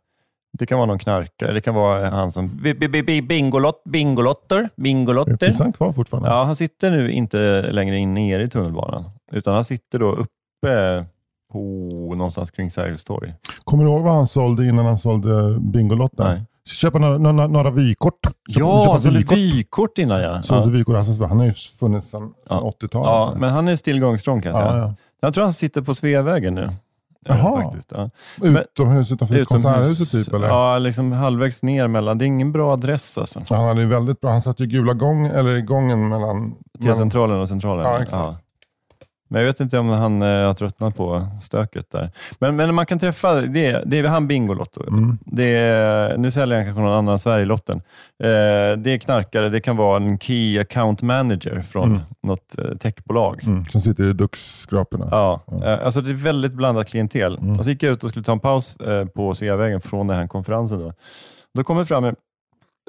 det kan vara någon knarkare, det kan vara han som... bi- bi- bi- bi- Bingolott, bingolotter, bingolotter.
Finns han kvar fortfarande?
Ja, han sitter nu inte längre in nere i tunnelbanan, utan han sitter då uppe på någonstans kring Sergels torg.
Kommer du ihåg vad han sålde innan han sålde Bingolotten?
Nej.
Köpa några, några, några vykort. Köpa,
Ja,
köpa
han sålde
vykort.
vykort innan ja.
Sålde
ja.
vykort. Alltså, han har ju funnits sedan sedan
Ja.
80-talet.
ja men han är still going strong kan jag säga.
ja, ja.
Jag tror han sitter på Sveavägen nu.
Jaha.
Eh, Faktiskt, ja.
Utomhus utanför konserthuset typ? Eller?
Ja, liksom halvvägs ner mellan. Det är ingen bra adress alltså.
Ja, Han hade ju väldigt bra. Han satt ju i gula gång, eller i gången mellan...
Till centralen och centralen.
Ja, exakt.
Men jag vet inte om han eh, har tröttnat på stöket där. Men, men man kan träffa, det är, det är han Bingolotto.
Mm.
Det är, nu säljer han kanske någon annan Sverigelotten. Eh, det är knarkare, det kan vara en Key Account Manager från
Mm.
något eh, techbolag.
Mm, som sitter i duxskraporna.
Ja, eh, alltså det är väldigt blandat klientel.
Mm.
Och så gick jag ut och skulle ta en paus eh, på Sveavägen från den här konferensen. Då, då kommer det fram en,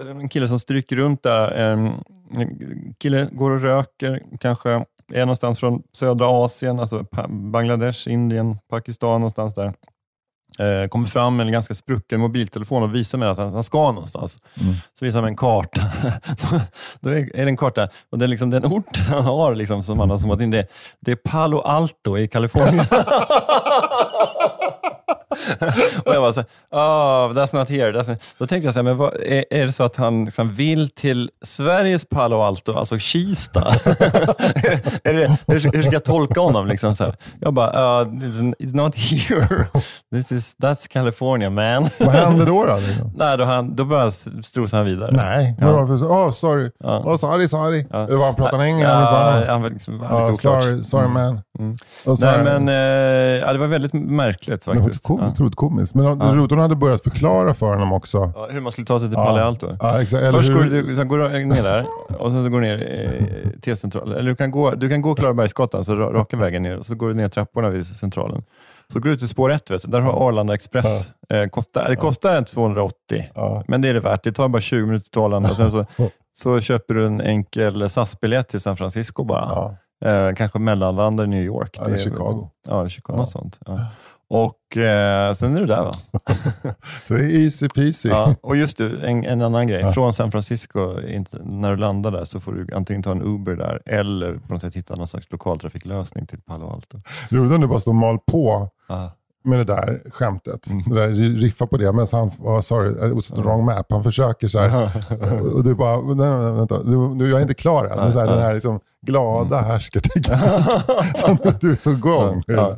en kille som stryker runt där. En en kille går och röker, kanske är någonstans från södra Asien, alltså Pa- Bangladesh, Indien, Pakistan någonstans där. Eh, Kommer fram med en ganska sprucken mobiltelefon och visar mig att han han ska någonstans.
Mm.
Så visar han mig en karta. Då är är det en karta och det är liksom den ort han har liksom, som han har zoomat in. Det, det är Palo Alto i Kalifornien. och jag var så här, oh, that's not here. That's not. Då tänkte jag så här, men vad, är, är det så att han liksom vill till Sveriges Palo Alto, alltså Kista? är det, hur, ska- hur ska jag tolka honom? Liksom så här? Jag bara, uh, it's, it's not here. This is, that's California man.
Vad hände då? då liksom?
Nej, då, han, då började han strosa vidare.
Nej, men
Ja.
varför så? Åh, sorry.
Ja.
Åh, sorry, sorry.
Ja.
Eller var han pratade engelska? eller
Ja,
bara-
han var liksom, var
Ja,
lite oklart.
sorry, sorry man.
Mm.
Och
Nej,
sorry.
men eh, ja, det var väldigt märkligt
det var
faktiskt.
coolt. otroligt komiskt. Men de,
Ja.
roligt, hon hade börjat förklara för honom också.
Ja, hur man skulle ta sig till
Ja.
Palo Alto.
Ja, exakt. Eller
Först
hur,
går du, sen går du ner där och sen så går du ner eh, till centralen. Eller du kan gå, du kan gå Klarabergsgatan, så ra- raka vägen ner, och så går du ner trapporna vid centralen. Så går du till spår 1, vet du. där har Arlanda Express. Eh, kostar, det kostar en 280,
ja,
men det är det värt. Det tar bara 20 minuter till Arlanda. Sen så, så köper du en enkel SAS-biljett till San Francisco bara.
ja,
Eh, kanske mellanlandar i New York.
eller
Det är-
Chicago.
Ja, eller Chicago.
Ja.
Något sånt. Ja. Och eh, sen är du där va?
Så det är easy peasy.
Ja, och just det, en, en annan grej.
Ja.
Från San Francisco, inte, när du landar där så får du antingen ta en Uber där eller på något sätt hitta någon slags lokaltrafiklösning till Palo Alto.
Roligt om du bara står och mal på
Ja.
med det där skämtet.
Mm.
Det där, riffa på det. Men han, oh, sorry, it was the wrong map. Han försöker så här. Och- Och du bara, nej, nej, vänta, du, du, jag är inte klar än. Men så här, den här liksom glada härskartekniken som du- du är så igång med.
Mm. Ja.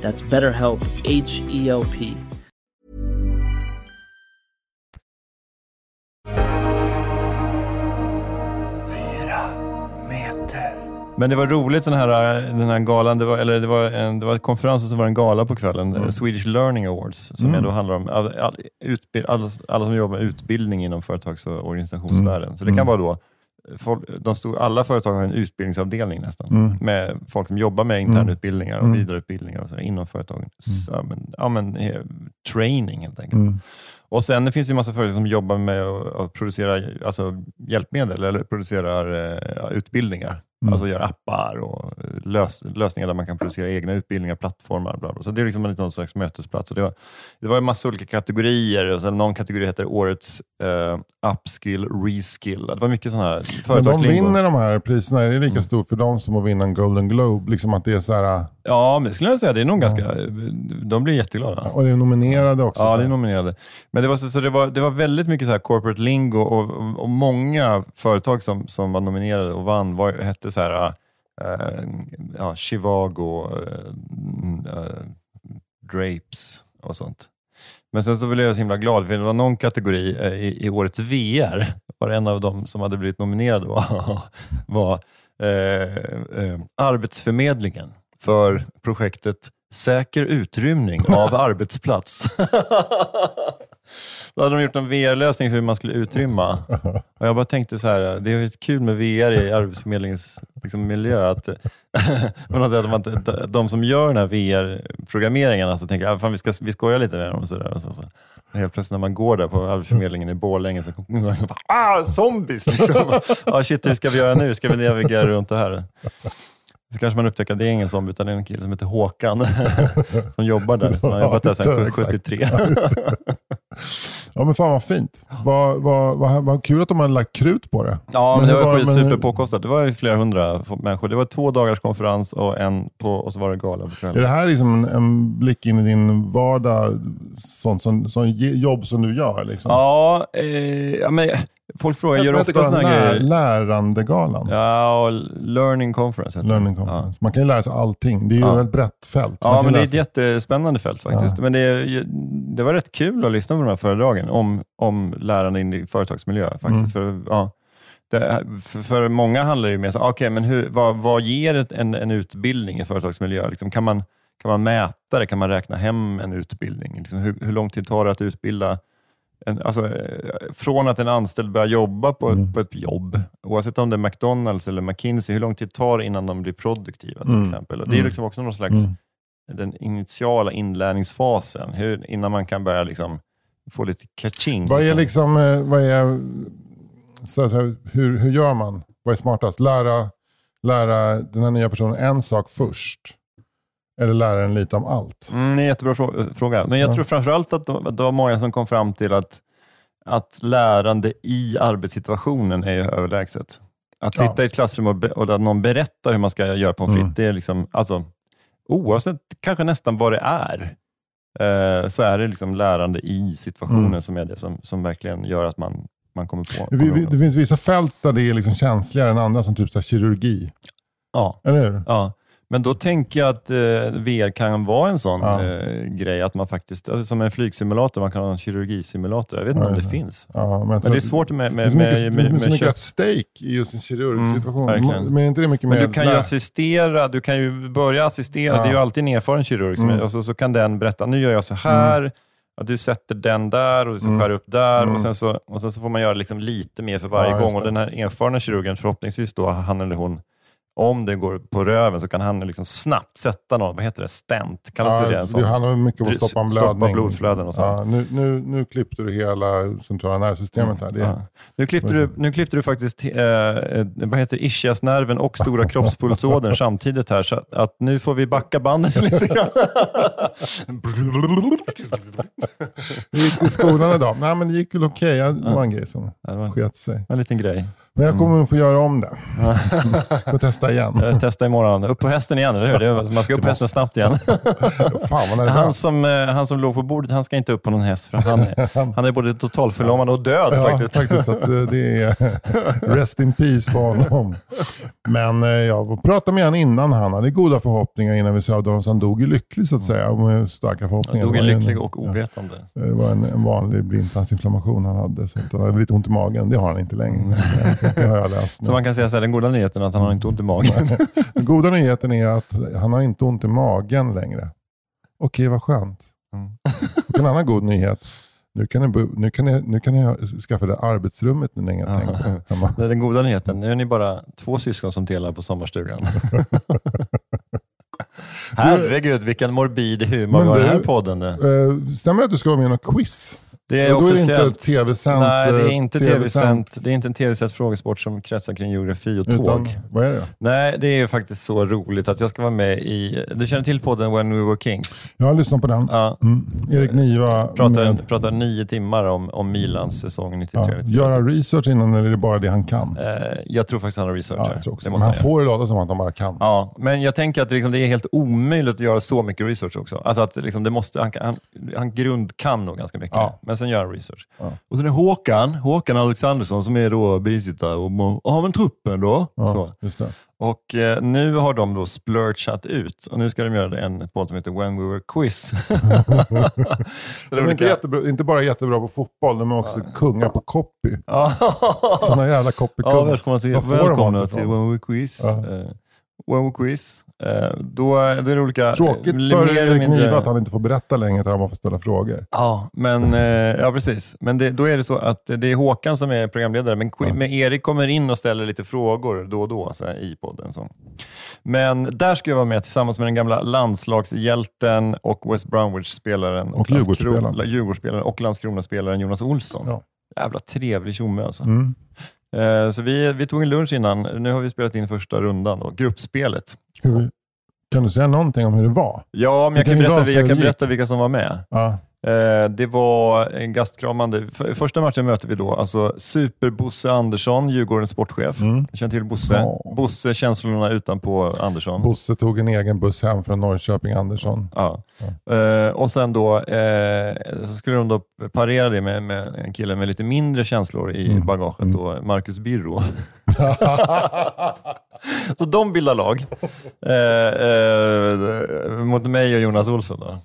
That's BetterHelp, H E L P.
Men det var roligt den här, den här galan. Det var, eller det var, en, det var en konferens och så var det en gala på kvällen. Swedish Learning Awards, som ändå handlar om all, all, utbild, alla, alla som jobbar med utbildning inom företags och organisationsvärlden. Så det kan vara då Folk, de stor, alla företag har en utbildningsavdelning nästan, med folk som jobbar med internutbildningar och vidareutbildningar och så där, inom företagen. Så, ja, men, ja, men, eh, training helt enkelt. Och Sen det finns det ju massa företag som jobbar med att att producera alltså, hjälpmedel eller producerar eh, utbildningar.
Mm.
Alltså gör appar och eh, lös, lösningar där man kan producera egna utbildningar, plattformar. Bla bla. Så det är liksom en liten slags mötesplats. Och det, var, det var en massa olika kategorier. Och sen någon kategori heter Årets eh, upskill, reskill. Det var mycket sådana här
Men de
företagslingo.
vinner de här priserna. Är det lika
Mm.
stort för dem som att vinna en Golden Globe? Liksom att det är så här,
Ja, men det skulle jag säga. Det är nog ganska... De blir jätteglada.
och det är nominerade också.
Ja,
så
det
här.
är nominerade. Men det var, så, så det var, det var väldigt mycket så här corporate lingo och, och, och många företag som, som var nominerade och vann var, hette så här, eh, ja, Chivago, eh, mm, eh, Drapes och sånt. Men sen så blev jag så himla glad, för det var någon kategori eh, i, i årets VR, var en av dem som hade blivit nominerad var, var eh, eh, Arbetsförmedlingen för projektet Säker utrymning av arbetsplats. Då hade de gjort en VR-lösning för hur man skulle utrymma. Och jag bara tänkte så här, det är ju kul med VR i Arbetsförmedlingens liksom, miljö. Att, på något sätt, att man, inte- de som gör den här VR-programmeringen alltså, tänker att vi, ska, vi skojar lite med dem. Och så där. Och så, så. Och Helt plötsligt när man går där på Arbetsförmedlingen i Borlänge så kommer man bara, ah, zombies! Liksom. ah, shit, hur ska vi göra nu? Ska vi navigera runt det här? Så kanske man upptäcker att det är ingen zombie, utan det är en kille som heter Håkan som jobbar där. Som har jobbat där
Ja,
sedan
exakt.
73.
Ja, men fan vad fint. Vad, vad, vad, vad kul att de har lagt krut på det.
Ja, men
Men
det
hur
var, var
var det- men hur-
superpåkostat. Det var ju flera hundra folk- människor. Det var två dagars konferens och, en på, och så var det gala på
Är
kvällen.
det här liksom en, en blick in i din vardag? Sånt som, som ge- jobb som du gör? Liksom?
Ja, eh, ja men folk frågar,
Jag
gör
tror
du
att det
ofta
kallas
sådana här
lär,
grejer?
Lärandegalan.
Ja, och learning conference heter det.
Learning
Ja.
conference. Man kan ju lära sig allting. Det är ju
Ja.
ett väldigt brett fält.
Ja,
Man kan
men det är
lära
ett
sig-
jättespännande fält faktiskt. Men det, är ju- det var rätt kul att lyssna på de här föredragen om, om lärande in i företagsmiljö. faktiskt.
Mm.
För, ja, det, för, för många handlar det ju mer så, okay, men hur, vad, vad ger ett- en, en utbildning i företagsmiljö? Liksom, kan, man, kan man mäta det? Kan man räkna hem en utbildning? Liksom, hur, hur lång tid tar det att utbilda en, alltså, eh, från att en anställd börjar jobba på,
Mm.
på ett jobb, oavsett om det är
Mm.
McDonalds eller McKinsey, hur lång tid tar det innan de blir produktiva till exempel? Och det är ju liksom också någon slags den initiala inlärningsfasen? Hur, innan man kan börja liksom få lite catching.
Vad är liksom, eh, vad är, så att säga, hur, hur gör man? Vad är smartast? Lära, lära den här nya personen en sak först? Eller lära den lite om allt?
Mm, det är en jättebra frå- fråga. Men jag
Ja.
tror framförallt att de- det var många som kom fram till att, att lärande i arbetssituationen är ju överlägset. Att
Ja.
sitta i ett klassrum och, be, och att någon berättar hur man ska göra pommes frites,
Mm.
det är liksom, alltså, oavsett kanske nästan vad det är, eh, så är det liksom lärande i situationen
Mm.
som är det som, som verkligen gör att man, man kommer på.
Vi,
kommer
vi,
ihåg
det
dem.
finns vissa fält där det är liksom känsligare än andra, som typ så här kirurgi.
ja.
Eller hur?
Ja, men då tänker jag att eh, VR kan vara en sån
Ja.
eh, grej, att man faktiskt, alltså, som en flygsimulator, man kan ha en kirurgisimulator. Jag vet inte
Ja,
om det
ja.
finns.
Ja, men, jag tror
Men det är
att-
svårt med,
Det är
med,
så mycket,
med, med,
med, så
med
mycket
kött.
att stake i just en kirurgisk
Mm,
situation.
verkligen.
men är inte det mycket
Men
mer...
du kan ju
lä-
assistera, du kan ju börja assistera.
Ja.
Det är ju alltid en erfaren kirurg. som-
Mm.
Och så, så kan den berätta, nu gör jag så här. Ja, du sätter den där och du
Mm.
skär upp där.
Mm.
Och, sen så, och sen så får man göra liksom lite mer för varje
Ja, just
gång. Och
det.
den här erfarna kirurgen, förhoppningsvis då, han eller hon, om det går på röven så kan han liksom snabbt sätta någon, vad heter det, stent? Kallas
Ja,
det det? En sån?
det handlar mycket om att stoppa en blödning.
blodflöden och sånt.
Ja, nu, nu, nu klippte du hela centrala nervsystemet här. Det,
Mm. Ja. Nu, klippte du, nu klippte du faktiskt eh, eh, vad heter det, ischiasnerven och stora kroppspulsådern samtidigt här, så att, att nu får vi backa bandet lite grann.
det gick till skolan idag. Nej, men det gick väl okej. Ja, Det var en grej som
Ja, det var Mm.
sket sig.
en liten grej.
Men jag kommer nog få göra om det. Får testa igen.
Jag testar imorgon. Upp på hästen igen, eller hur? Det är, man ska upp på hästen snabbt igen.
Fan vad
Han
nervös.
som, eh, han som låg på bordet, han ska inte upp på någon häst, för han är, han är både totalförlamad och död
Ja,
faktiskt.
faktiskt. att eh, det är rest in peace på honom. Men eh, jag pratade med honom innan. Han hade goda förhoppningar innan vi sövde honom. Så han dog ju lycklig så att säga. Och Med starka
Han
förhoppningar.
dog
Det var ju en-
lycklig och
ja.
ovetande.
Det var en, en vanlig blindtarmsinflammation han hade. Så att han hade lite ont i magen. Det har han inte längre. Så Det har jag läst.
Mm. Så man kan säga så här, den goda nyheten är att han har inte ont i magen.
Den goda nyheten är att han har inte ont i magen längre. Okej, vad skönt.
Mm.
Och en annan god nyhet. Nu kan ni, bo- nu kan ni, nu kan ni ha- skaffa det arbetsrummet ni länge har tänkt på. hemma.
Det är Den goda nyheten, nu är ni bara två syskon som delar på sommarstugan. Herregud, vilken morbid humor
Men
var den här
du-
podden. Det,
Eh, Stämmer det att du ska vara med i något quiz?
det
Och
är
då är det inte
officiellt.
tv-sänt.
Nej, det är
eh,
inte
TV-sänt,
tv-sänt. Det är inte en tv-sänd frågesport som kretsar kring geografi och
Utan,
tåg.
vad är det?
Nej, det är ju faktiskt så roligt att jag ska vara med i... Du känner till podden When We Were Kings?
Jag har lyssnat på den.
Ja.
Mm. Erik Niva.
Pratar,
med-
pratar nio timmar om, om Milans säsong 93.
Mm. ja, göra research innan eller är det bara det han kan?
Eh, Jag tror faktiskt han har researchat.
Ja, jag tror också.
Det
Men
måste
han
han göra.
får det låta som att han bara kan.
Ja, men jag tänker att liksom, det är helt omöjligt att göra så mycket research också. Alltså att liksom, det måste, han, han, han grund kan nog ganska mycket,
Ja.
men sen gör han research.
Ja.
Och sen är Håkan, Håkan Alexandersson som är då bisittare och må- ja men truppen då.
Ja,
Så.
Just det.
Och eh, nu har de då splurchat ut och nu ska de göra en podd som heter When We Were Quiz. Så det är
De är inte,
olika-
jättebra, inte bara jättebra på fotboll, de är också kungar på copy.
Ja.
Sådana jävla
Ja,
copykungar.
välkomna till,
Var får de
välkomna
allt
till
ifrån?
One Week Quiz.
Ja.
Eh, One Week Quiz. Eh, då, då är det olika... eh,
Tråkigt
mer
för
eller
Erik
mindre-
Niva att han inte får berätta längre utan han bara får ställa frågor.
Ja, men, eh, ja precis. Men det, då är det så att det är Håkan som är programledare, men, Qui-
Ja.
men Erik kommer in och ställer lite frågor då och då så här, i podden. Så. Men där ska jag vara med tillsammans med den gamla landslagshjälten och West Bromwich-spelaren
Och Djurgårdsspelaren.
Landskro- Djurgårdsspelaren och Landskrona-spelaren Jonas Olsson.
Ja.
Jävla trevlig tjomme alltså.
Mm.
Eh, Så vi, vi tog en lunch innan. Nu har vi spelat in första rundan, då, gruppspelet.
Hur, kan du säga någonting om hur det var?
Ja, men jag
Du
kan,
kan ju
berätta,
avslöja
jag kan
hur det
berätta vilka som var med.
Ja,
Eh, Det var en gastkramande... För, första matchen möter vi då alltså super-Bosse Andersson, Djurgårdens sportchef.
Mm.
Jag känner till Bosse.
Ja.
Bosse, känslorna utanpå Andersson.
Bosse tog en egen buss hem från Norrköping, Andersson.
Ja. Eh, och sen då eh, så skulle de då parera det med, med en kille med lite mindre känslor i
Mm.
bagaget, Då, Marcus Birro. så de bildar lag eh, eh, mot mig och Jonas Olsson. Då.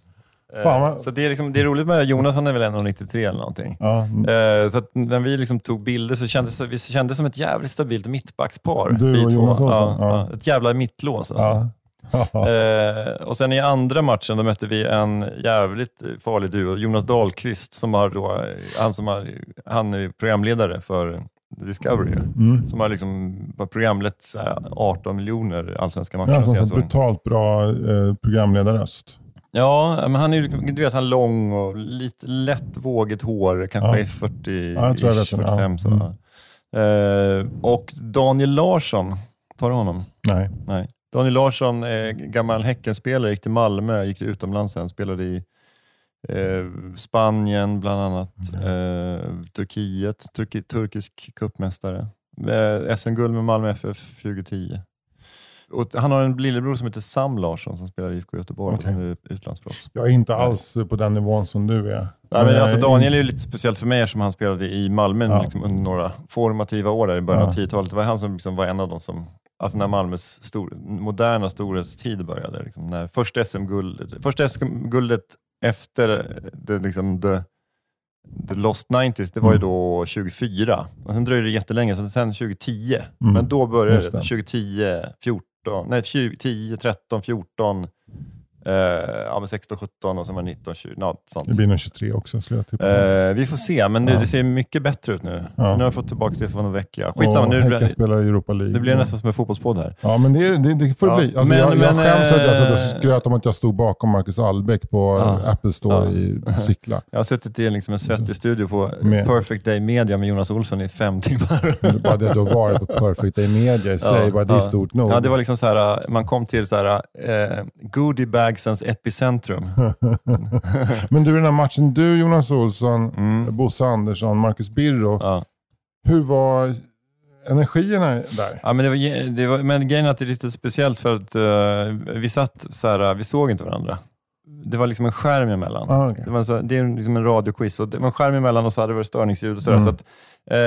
Fan vad...
Eh, Så det är, liksom, det är roligt med Jonas, han är väl 1,93 eller någonting.
Ja,
Eh, så att när vi liksom tog bilder så kändes vi kändes som ett jävligt stabilt mittbackspar.
Du
vi
och
två.
Jonas Olsson,
Ja,
ja.
ja. Ett jävla mittlås alltså.
ja. Ja.
Eh, och sen i andra matchen då mötte vi en jävligt farlig duo, Jonas Dahlqvist, som har då, han, som har, han är programledare för Discovery ju,
Mm.
som har liksom bara programlett så här 18 miljoner allsvenska matcher
Ja,
de
som har
senaste
så
åren.
brutalt bra eh, programledarröst.
Ja, men han är ju, du vet, han är lång och lite lätt vågigt hår, kanske
Ja.
i 40
Ja, jag tror jag vet
ish,
vem, ja.
45
Mm.
sådär. Eh, och Daniel Larsson, tar du honom?
Nej.
Nej. Daniel Larsson, eh, gammal Häckenspelare, gick till Malmö, gick till utomlands sen, spelade i eh, Spanien bland annat,
Mm.
eh, Turkiet, turki, turkisk cupmästare. Eh, SM-guld med Malmö FF 2010. Och han har en lillebror som heter Sam Larsson som spelar i IFK Göteborg,
Okej.
som är utlandsproffs.
Jag är inte alls på den nivån som du är.
Nej, men alltså
jag
Daniel är ju lite speciellt för mig eftersom han spelade i Malmö
Eh, Ja.
liksom, under några formativa år där i början av
Ja.
10-talet. Det var han som liksom var en av dem som, alltså när Malmös stor, moderna storhetstid började. Liksom, när första SM-guldet, första SM-guldet efter det, liksom, the, the Lost 90s, det var ju
Mm.
då 24. Och sen dröjde det jättelänge, så sen 2010.
Mm.
Men då började det.
Just det.
2010, 14, nej 20, 10, 13, 14, eh, ja, men 16, 17 och sen var det 19, 20, något sånt.
Det blir nog 23 också, skulle jag tippa.
Eh, vi får se, men det,
Mm. Ja.
det ser mycket bättre ut nu.
Ja.
Nu har jag fått tillbaka Stefan och Vecchia. Skitsamma,
Och
nu,
Häcken spelar i Europa League.
det blir nästan som en fotbollspodd här.
Ja, men det, det, det får
Ja,
det bli. Alltså,
men-
jag,
men,
jag skäms att jag satt
eh,
och skröt om att jag stod bakom Marcus Albeck på
Ja.
Apple Store
Ja.
i Sickla.
Jag har suttit i liksom en svettig studio på
Mm. Med-
Perfect Day Media med Jonas Olsson i fem timmar.
Men Bara det då var det på Perfect Day Media i sig, bara det är
ja.
stort nog.
Ja, det var liksom så här, man kom till så här, eh, goodiebagsens epicentrum.
Men du, den här matchen, du Jonas Olsson, Bosse Andersson, Marcus Birro.
Mm. Ja.
Hur var energierna där?
Ja, men, det var, ge- det var, men grejen är att det är lite speciellt för att eh, vi satt så här, vi såg inte varandra. Det var liksom en skärm emellan.
Ah, okej.
Det, var så, det är liksom en radioquiz och det var en skärm emellan och så hade det varit störningsljud och sådär.
Mm.
Så att, eh,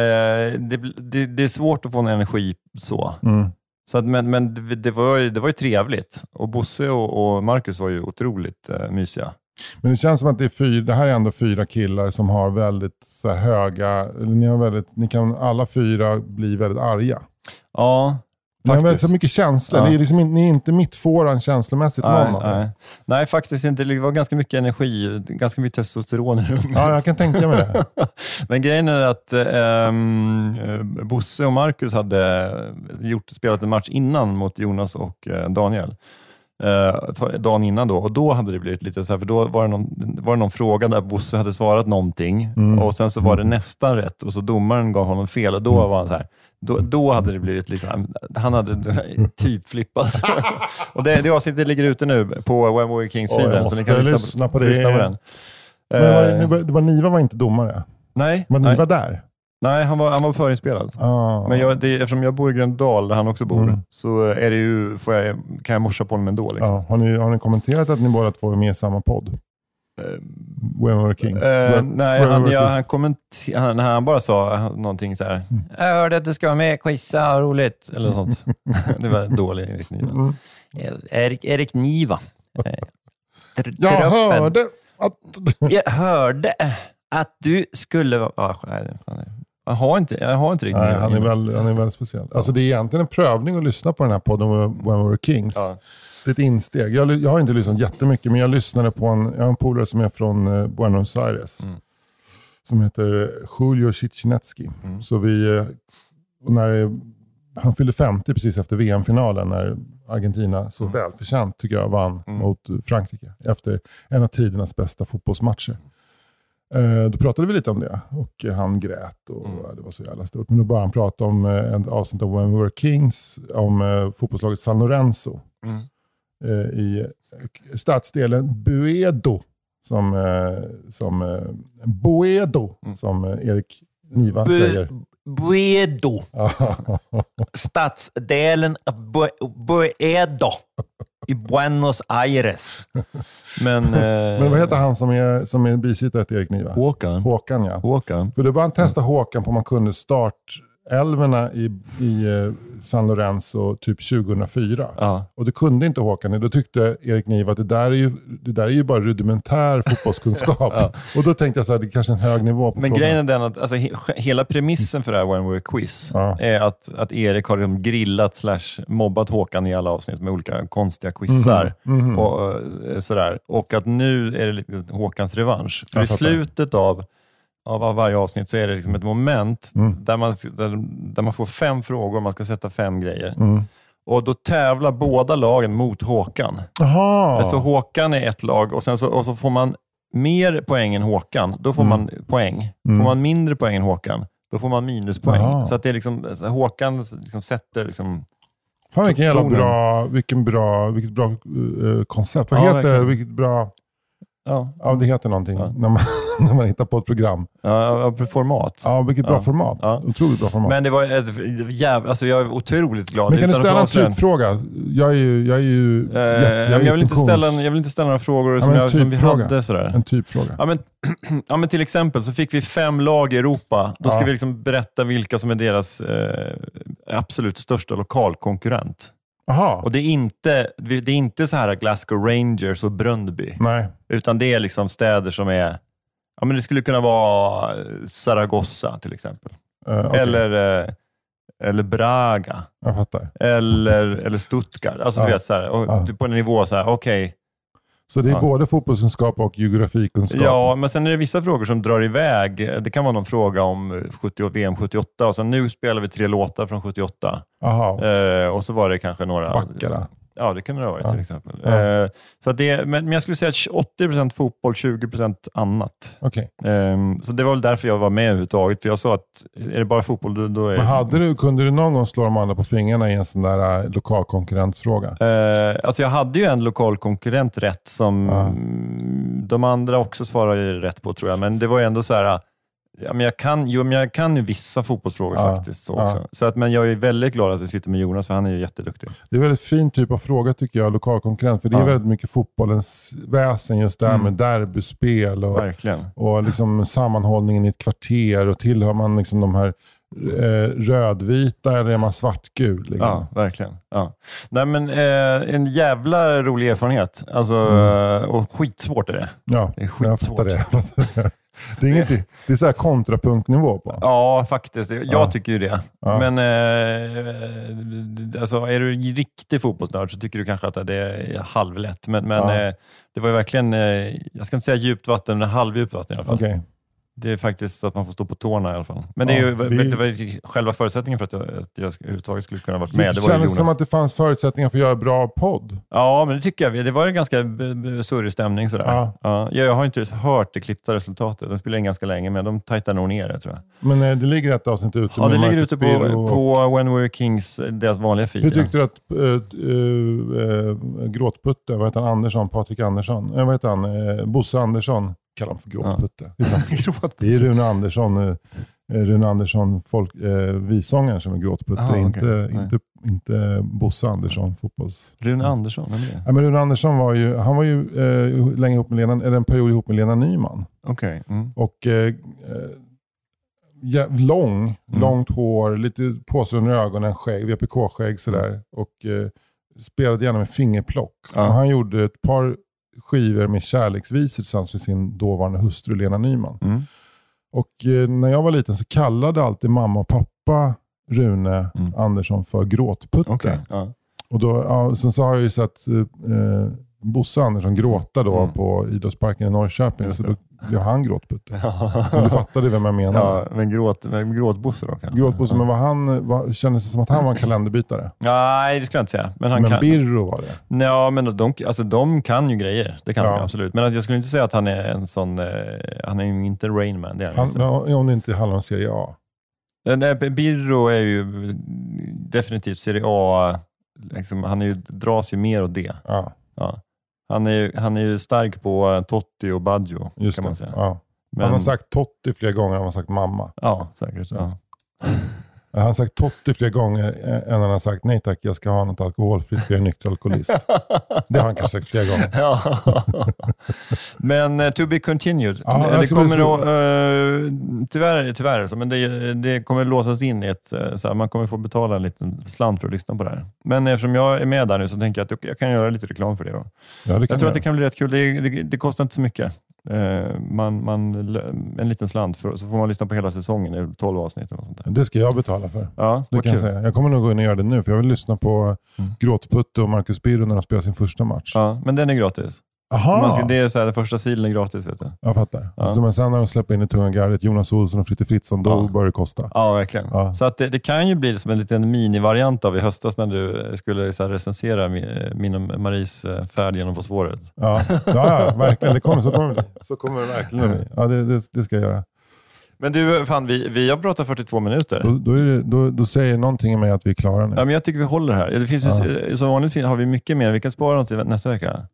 det, bl- det, det är svårt att få någon energi så.
Mm.
så att, men men det, det, var ju, det var ju trevligt. Och Bosse och, och Marcus var ju otroligt eh, mysiga.
Men det känns som att det, är fyra, det här är ändå fyra killar som har väldigt så här, höga, eller ni, har väldigt, ni kan alla fyra bli väldigt arga.
Ja,
Ni har väldigt
faktiskt.
så mycket känslor.
Ja.
Ni, är liksom, in- ni är inte mittfåran känslomässigt
Nej,
någon av er.
nej. nej, faktiskt inte. Det var ganska mycket energi, ganska mycket testosteron i rummet.
Ja, jag kan tänka mig det.
Men grejen är att ehm, eh, Bosse och Marcus hade gjort, spelat en match innan mot Jonas och eh, Daniel. Eh, för- dagen innan då, och då hade det blivit lite så här, för då var det någon, var det någon fråga där Bosse hade svarat någonting
Mm.
och sen så var det nästan rätt och så domaren gav honom fel och då
Mm.
var han så här, då, då hade det blivit liksom, han hade typ flippat. och det, det avsnittet ligger ute nu på When We Were Kings
Åh, jag
feeden, så ni kan
måste
lyssna på,
lyssna på
Lyssna
det.
på den.
Men
Eh,
var, ni var- det var Niva var inte domare.
nej,
Var
nej,
Niva där?
nej, han var, han var förinspelad.
Ah.
Men jag, det, eftersom jag bor i Gröndal, där han också bor,
Mm.
så är det ju, får jag, kan jag morsa på honom ändå. Liksom.
ja, har, ni, har ni kommenterat att ni båda två är med i samma podd? When we were kings.
Ehm, Eh,
Where-
nej,
where
han,
we were
jag,
kings.
han, kommenter- han, han bara sa någonting så här.
Mm.
Jag hörde att du ska vara med i quizza, roligt. Eller något sånt. det var dålig Erik Niva.
Mm.
Eh, Erik, Erik Niva. Eh, tr-
Jag
truppen.
hörde att...
Jag hörde att du skulle vara... Ah, nej, fan, nej. jag, har inte, jag har inte riktigt
Nej, han är,
Niva.
väl, han är väldigt speciell. Alltså, det är egentligen en prövning att lyssna på den här podden When we were kings.
Ja.
Det är ett insteg. Jag, ly- jag har inte lyssnat jättemycket, men jag lyssnade på en, jag har en polare som är från eh, Buenos Aires.
Mm.
Som heter eh, Julio Cicinetski.
Mm.
Så vi, eh, och när det, han fyllde 50 precis efter VM-finalen när Argentina så välförtjänt tycker jag vann
Mm.
mot Frankrike. Efter en av tidernas bästa fotbollsmatcher. Eh, Då pratade vi lite om det och eh, han grät och
Mm.
ja, det var så jävla stort. Men då började han prata om eh, ett avsnitt av When We Were Kings, om eh, fotbollslaget San Lorenzo
Mm.
eh, i eh, stadsdelen Buedo, som, eh, som eh, Boedo,
Mm.
som eh, Erik Niva säger.
Bu- Buedo. Stadsdelen Bu- Buedo i Buenos Aires.
Men, eh,
Men vad heter han som är, som är bisittare till Erik
eh,
Niva?
Håkan.
Håkan, ja.
Håkan.
För då började han testa Håkan på om man kunde startelverna i, i eh, San Lorenzo typ 2004.
Ja.
Och det kunde inte Håkan. Då tyckte Erik Niva att det där är ju, det där är ju bara rudimentär fotbollskunskap. Och då tänkte jag så här, det är kanske är en hög nivå på
Men
frågan.
grejen är den att alltså, he, hela premissen för det här When We're Quiz
Ja.
är att, att Erik har liksom grillat slash mobbat Håkan i alla avsnitt med olika konstiga quizar.
Mhm,
Och, eh, sådär. och att nu är det lite Håkans revansch. För
Jag
i
fattar.
slutet av av, av varje avsnitt så är det liksom ett moment
Mm.
där, man, där, där man får fem frågor och man ska sätta fem grejer.
Mm.
Och då tävlar båda lagen mot Håkan.
Jaha.
Så Alltså, Håkan är ett lag och, sen så, och så får man mer poäng än Håkan, då
Mm.
får man poäng. Får man mindre poäng än Håkan, då får man minuspoäng.
Aha.
Så att det är liksom, så Håkan liksom sätter... Liksom,
Fan vilken jävla
Tonen.
bra, vilken bra, vilket bra eh, koncept. Vad
Ja,
heter
verkligen.
Vilket bra,
ja,
ja det heter någonting
Ja.
när, man, när man hittar på ett program.
ja, format.
Ja, vilket bra
Ja.
format.
Ja.
Otroligt bra format. Men,
Men det var ett jävla... Alltså jag är otroligt glad.
kan du
Utan att
ställa en
avslöja-
typfråga? Jag är ju, jag är ju jätte-
Eh,
jag,
men
är
jag, vill inte
funktions-
ställa, jag vill inte ställa några frågor
Ja,
som,
men
jag, som vi
typfråga.
hade. Sådär.
en typfråga.
Ja, men, ja, men till exempel så fick vi fem lag i Europa. Då ska
Ja.
vi liksom berätta vilka som är deras eh, absolut största lokalkonkurrent.
Jaha.
Och det är, inte, vi- det är inte så här Glasgow Rangers och Bröndby,
Nej.
utan det är liksom städer som är... Ja, men det skulle kunna vara eh, Zaragoza till exempel,
Eh, okej.
eller, eh, eller Braga
Jag fattar.
eller, eller Stuttgart. Alltså,
Ja.
du vet, så här, och,
Ja.
du- på en nivå så här, okej,
Så det är
Ja.
både fotbollskunskap och geografikunskap?
Ja, men sen är det vissa frågor som drar iväg. Det kan vara någon fråga om eh, 70, och VM 78 och sen nu spelar vi tre låtar från 78.
Aha.
Eh, och så var det kanske några...
Backarna.
Ja, det kunde det ha varit
Ja.
till exempel.
Ja.
Eh, så att det, men, men jag skulle säga att 80% fotboll, 20% annat.
Okej.
Eh, så det var väl därför jag var med överhuvudtaget. För jag sa att är det bara fotboll, då, då är
Men hade du, kunde du någon gång slå de andra på fingrarna i en sån där eh, lokal konkurrensfråga?
Eh, alltså jag hade ju en lokal konkurrent rätt som
Ja.
mm, de andra också svarade ju rätt på tror jag, men det var ju ändå så här, ja, men jag, kan, jo, men jag kan ju vissa fotbollsfrågor
Ja.
faktiskt. Så
Ja.
också. Så att, men jag är väldigt glad att jag sitter med Jonas, för han är ju jätteduktig.
Det är en väldigt fin typ av fråga tycker jag, lokal konkurrent. För det är
Ja.
väldigt mycket fotbollens väsen just där
Mm.
med derbyspel och,
Verkligen.
och liksom sammanhållningen i ett kvarter. Och tillhör man liksom de här eh, rödvita eller är man svartgul? Liksom.
Ja, verkligen. Ja. Nej, men, eh, en jävla rolig erfarenhet. Alltså, eh, Och skitsvårt är det.
Mm. Ja,
Det är
jag
skitsvårt.
fattar det. Jag fattar det. Det är, inget, det är så här kontrapunktnivå på.
Ja, faktiskt. Jag
Ja.
tycker ju det.
Ja.
Men eh, alltså, är du en riktig fotbollsnörd så tycker du kanske att det är halvlätt. Men, men
Ja.
eh, det var ju verkligen, eh, jag ska inte säga djupt vatten, men halvdjupt vatten i alla fall.
Okej.
Det är faktiskt att man får stå på tårna i alla fall. Men det, är
Ja,
ju,
det är
vet
ju-
du vad är själva förutsättningen för att jag, att jag överhuvudtaget skulle kunna varit med,
Det
det var ju
kändes
Jonas.
som att det fanns förutsättningar för att göra bra podd.
Ja, men det tycker jag. Det var en ganska b- b- surrig stämning. Sådär.
Ja.
Ja. jag, jag har inte ens hört det klippta resultatet. De spelar in ganska länge, men de tajtar nog ner det tror jag.
Men eh, det ligger ett avsnitt ute
Ja,
med
det ligger
Marcus
ute på,
Birro och-
på When We Were Kings, eh, deras vanliga feed.
Hur
ja.
tyckte du att äh, Gråtputte, vad heter han, Andersson, Patrik Andersson, äh, vad heter han, eh, Bosse Andersson, kallar honom för Gråtputte. Det är taskigt. Det är Rune Andersson, eh, Rune Andersson folk, eh, visångaren som är Gråtputte,
Ah, okej.
inte,
Nej.
inte, inte Bosse Andersson, fotbolls...
Rune Andersson, vem är det?
Nej, men Rune Andersson var ju, han var ju eh, länge ihop med Lena, eller en period ihop med Lena Nyman.
Okej. Mm.
Och eh, eh, ja, lång,
Mm.
långt hår, lite påse under ögonen, skägg, VPK-skägg sådär. Och eh, spelade gärna med fingerplock.
Mm. Ja.
Och han gjorde ett par skivor med kärleksvisor tillsammans med sin dåvarande hustru Lena Nyman.
Mm.
Och eh, när jag var liten så kallade alltid mamma och pappa Rune
Mm.
Andersson för Gråtputte.
Okej. Ja.
Och då, ja, sen så har jag ju sett eh, eh, Bosse Andersson gråta då
Mm.
på idrottsparken i Norrköping.
Just
Så
det.
då blev han Gråtputte. Men du fattade vem jag menade.
ja, men gråt, men gråtbosse då kanske?
Gråtbosse, men var han, var, kändes det som att han var en kalenderbitare?
Nej, det skulle jag inte säga. Men han
men
kan...
Birro var det.
Ja, men de, alltså, de kan ju grejer. Det kan
Ja.
de absolut. Men att jag skulle inte säga att han är en sån... Eh, han är ju inte Rainman. Det är han,
Han,
inte.
om det inte handlar om Serie A.
Nej, Birro är ju definitivt Serie A. Liksom, han är ju, dras ju mer åt det.
Ja,
Ja. Han, är, ju- han är ju stark på eh, Totti och Baggio,
just
kan
det.
man säga.
Ja.
Men,
Han har sagt Totti flera gånger han har sagt mamma.
Ja, säkert. Ja.
Han har sagt Totti flera gånger eh, än han har sagt nej tack, jag ska ha något alkoholfritt, för jag är nykter alkoholist. det har han kanske sagt flera gånger.
Ja. men eh, to be continued.
Ja, jag
det
skulle
kommer
så-
att, eh, tyvärr är det tyvärr, så, men det, det kommer låsas in i ett... eh, Så här, man kommer få betala en liten slant för att lyssna på det här. Men eftersom jag är med där nu så tänker jag att jag, jag kan göra lite reklam för det. Då.
Ja, det kan
Jag tror att det
jag.
kan bli rätt kul. Det, det, det kostar inte så mycket. Eh, man, man, lö- en liten slant, för, så får man lyssna på hela säsongen i 12 avsnitt. Eller något sånt där.
det ska jag betala för.
Ja,
Det
vad
kan jag,
kul.
säga. jag kommer nog gå in och göra det
Mm.
nu, för jag vill lyssna på Gråtputte och Marcus Birro när de spelar sin första match.
Ja, men den är gratis. Man ska,
Jaha,
det är så här, den första silen är gratis. Vet du.
jag fattar.
Ja.
Så, men sen när de släpper in i tunga gardet, Jonas Olsson och Fritte Fritzson, då
Ja.
börjar det kosta.
Ja, verkligen.
Ja.
Så att det, det kan ju bli som en liten minivariant av i höstas när du skulle så här, recensera mi- eh, min och Maries eh, färd genom På spåret.
Ja, ja, ja verkligen. Det kommer, så kommer det Så kommer det verkligen att bli. Ja, det, det, det ska jag göra.
Men du, fan, vi, vi har pratat 42 minuter.
Då, då, är det, då, då säger någonting i mig att vi är klara nu.
Ja, men jag tycker vi håller här. Det
Ah.
finns ju, eh, Som vanligt fin- har vi mycket mer. Vi kan spara något till nästa vecka.
det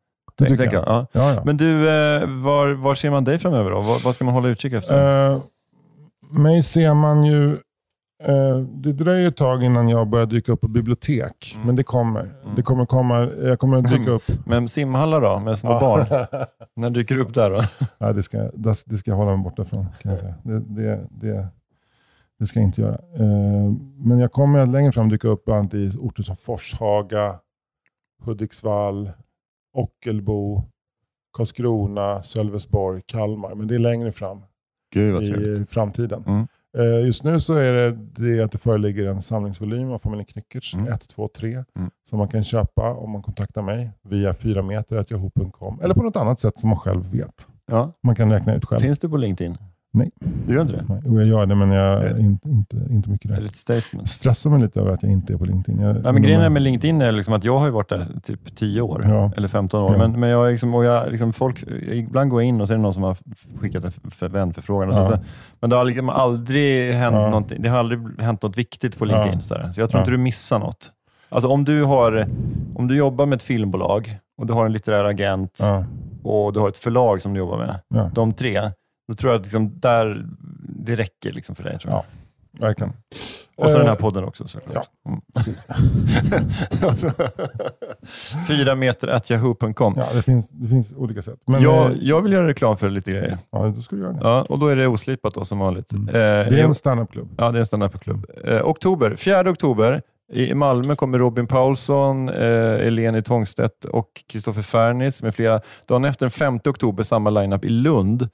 Tänk-
tycker
tänk-
jag.
Ja.
Ja, ja.
Men du, eh, var, var ser man dig framöver då? Vad, vad ska man hålla utkik efter?
Eh, mig ser man ju... eh, det dröjer ett tag innan jag börjar dyka upp på bibliotek, men det kommer. Det kommer komma. Jag kommer att dyka upp.
Men simhallar då, med små
Ja.
barn? När dyker du upp där då?
Nej, det ska, det, det ska jag hålla mig borta från. Kan jag säga. Det, det, det, det ska jag inte göra. Eh, men jag kommer att längre fram dyka upp bland annat i orter som Forshaga, Hudiksvall, Ockelbo, Karlskrona, Sölvesborg, Kalmar. Men det är längre fram
Gud vad trevligt.
i framtiden.
Mm.
Eh, Just nu så är det, det att det föreligger en samlingsvolym av familjen Knyckertz,
Mm.
1, 2, 3,
Mm.
som man kan köpa om man kontaktar mig via 4meter.yahoo.com eller på något annat sätt som man själv vet.
Ja.
Man kan räkna ut själv.
Finns du på LinkedIn?
Nej.
Du gör inte det?
Nej, Jo, jag gör det, men jag är
Eh.
inte, inte, inte mycket
Är det
där.
ett statement?
Stressar mig lite över att jag inte är på LinkedIn. Jag,
Nej, men grejen är med LinkedIn är liksom att jag har ju varit där typ 10 år,
Mm. Ja.
eller 15 år.
Ja.
Men, men jag är liksom, och jag liksom folk, ibland går jag in och så är det någon som har skickat en f- vänförfrågan. Och så,
Ja.
så, men det har liksom aldrig hänt,
Ja.
någonting, det har aldrig hänt något viktigt på LinkedIn.
Ja.
Så, så jag tror
Ja.
inte du missar något. Alltså, om, du har, om du jobbar med ett filmbolag och du har en litterär agent
Ja,
och du har ett förlag som du jobbar med,
ja,
de tre, då tror jag att liksom där, det räcker liksom för dig. Tror jag.
Ja. verkligen.
Och så den här
Eh,
podden också såklart.
ja.
Mm.
Precis.
Fyra meter at yahoo.com.
Ja, det, finns, det finns olika sätt. Men
jag,
eh,
jag vill göra reklam för lite grejer.
ja, då ska du göra det.
Ja, och då är det oslipat då, som vanligt.
Mm.
Eh,
Det är en standupklubb.
Ja, det är en standupklubb. Eh, oktober, 4 oktober. I i Malmö kommer Robin Paulsson, eh, Eleni Tångstedt och Kristoffer Fernis med flera. Dagen efter, den 5 oktober, samma lineup i Lund.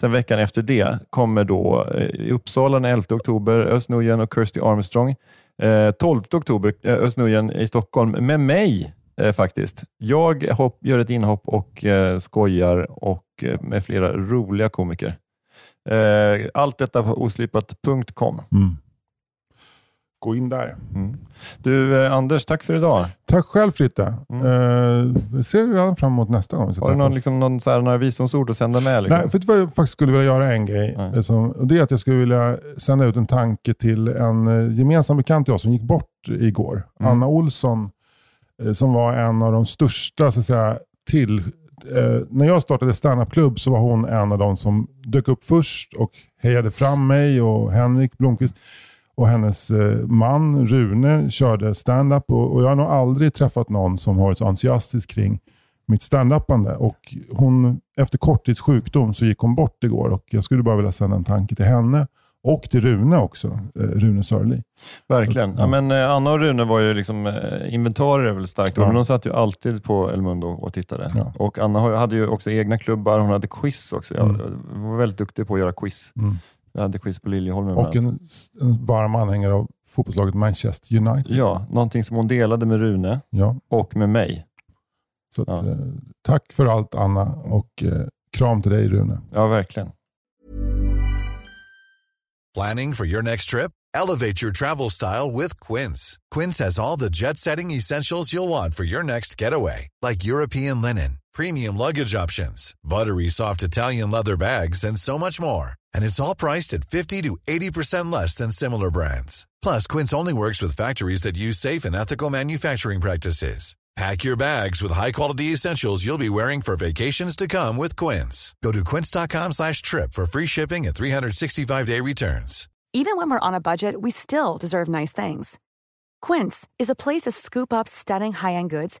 Sen veckan efter det kommer då eh, i Uppsala den 11 oktober Özz Nujen och Kirsty Armstrong. Eh, 12 oktober eh, Özz Nujen i Stockholm med mig eh, faktiskt. Jag hopp, gör ett inhopp och eh, skojar och eh, med flera roliga komiker. Eh, allt detta på oslipat.com.
Mm. Gå in där.
Mm. Du, eh, Anders, tack för idag.
Tack själv Fritte.
Mm.
Eh, vi ser redan fram emot nästa gång. vi ska
Har du någon,
träffas.
liksom, någon så här, några visdomsord att sända med? Liksom?
Nej, för vet du vad jag faktiskt skulle vilja göra en grej.
Nej.
eh, Som, och det är att jag skulle vilja sända ut en tanke till en eh, gemensam bekant till oss som gick bort igår.
Mm.
Anna Olsson, eh, som var en av de största så att säga, till... Eh, när jag startade standupklubb så var hon en av de som dök upp först och hejade fram mig och Henrik Blomqvist. Och hennes eh, man Rune körde stand-up och, och jag har nog aldrig träffat någon som har varit så entusiastisk kring mitt stand-upande. Och hon, efter korttids sjukdom så gick hon bort igår och jag skulle bara vilja sända en tanke till henne och till Rune också, eh, Rune Sörli.
Verkligen. Ja,
Ja.
men, eh, Anna och Rune var ju liksom, eh, inventarier är väl ett starkt ord,
Ja.
men de satt ju alltid på El Mundo och tittade.
Ja.
Och Anna har- hade ju också egna klubbar, hon hade quiz också. Jag
Mm.
var väldigt duktig på att göra quiz.
Mm.
Jag hade quiz på Liljeholmen. bland
Och
annat.
en, s- en varm anhängare av fotbollslaget Manchester United.
Ja, någonting som hon delade med Rune
Ja,
och med mig.
så att,
Ja.
eh, tack för allt Anna och eh, kram till dig Rune.
Ja, verkligen.
Planning for your next trip? Elevate your travel style with Quince. Quince has all the jet setting essentials you'll want for your next getaway, like European linen, premium luggage options, buttery soft Italian leather bags, and so much more. And it's all priced at 50 to 80% less than similar brands. Plus, Quince only works with factories that use safe and ethical manufacturing practices. Pack your bags with high-quality essentials you'll be wearing for vacations to come with Quince. Go to quince.com slash trip for free shipping and 365-day returns.
Even when we're on a budget, we still deserve nice things. Quince is a place to scoop up stunning high-end goods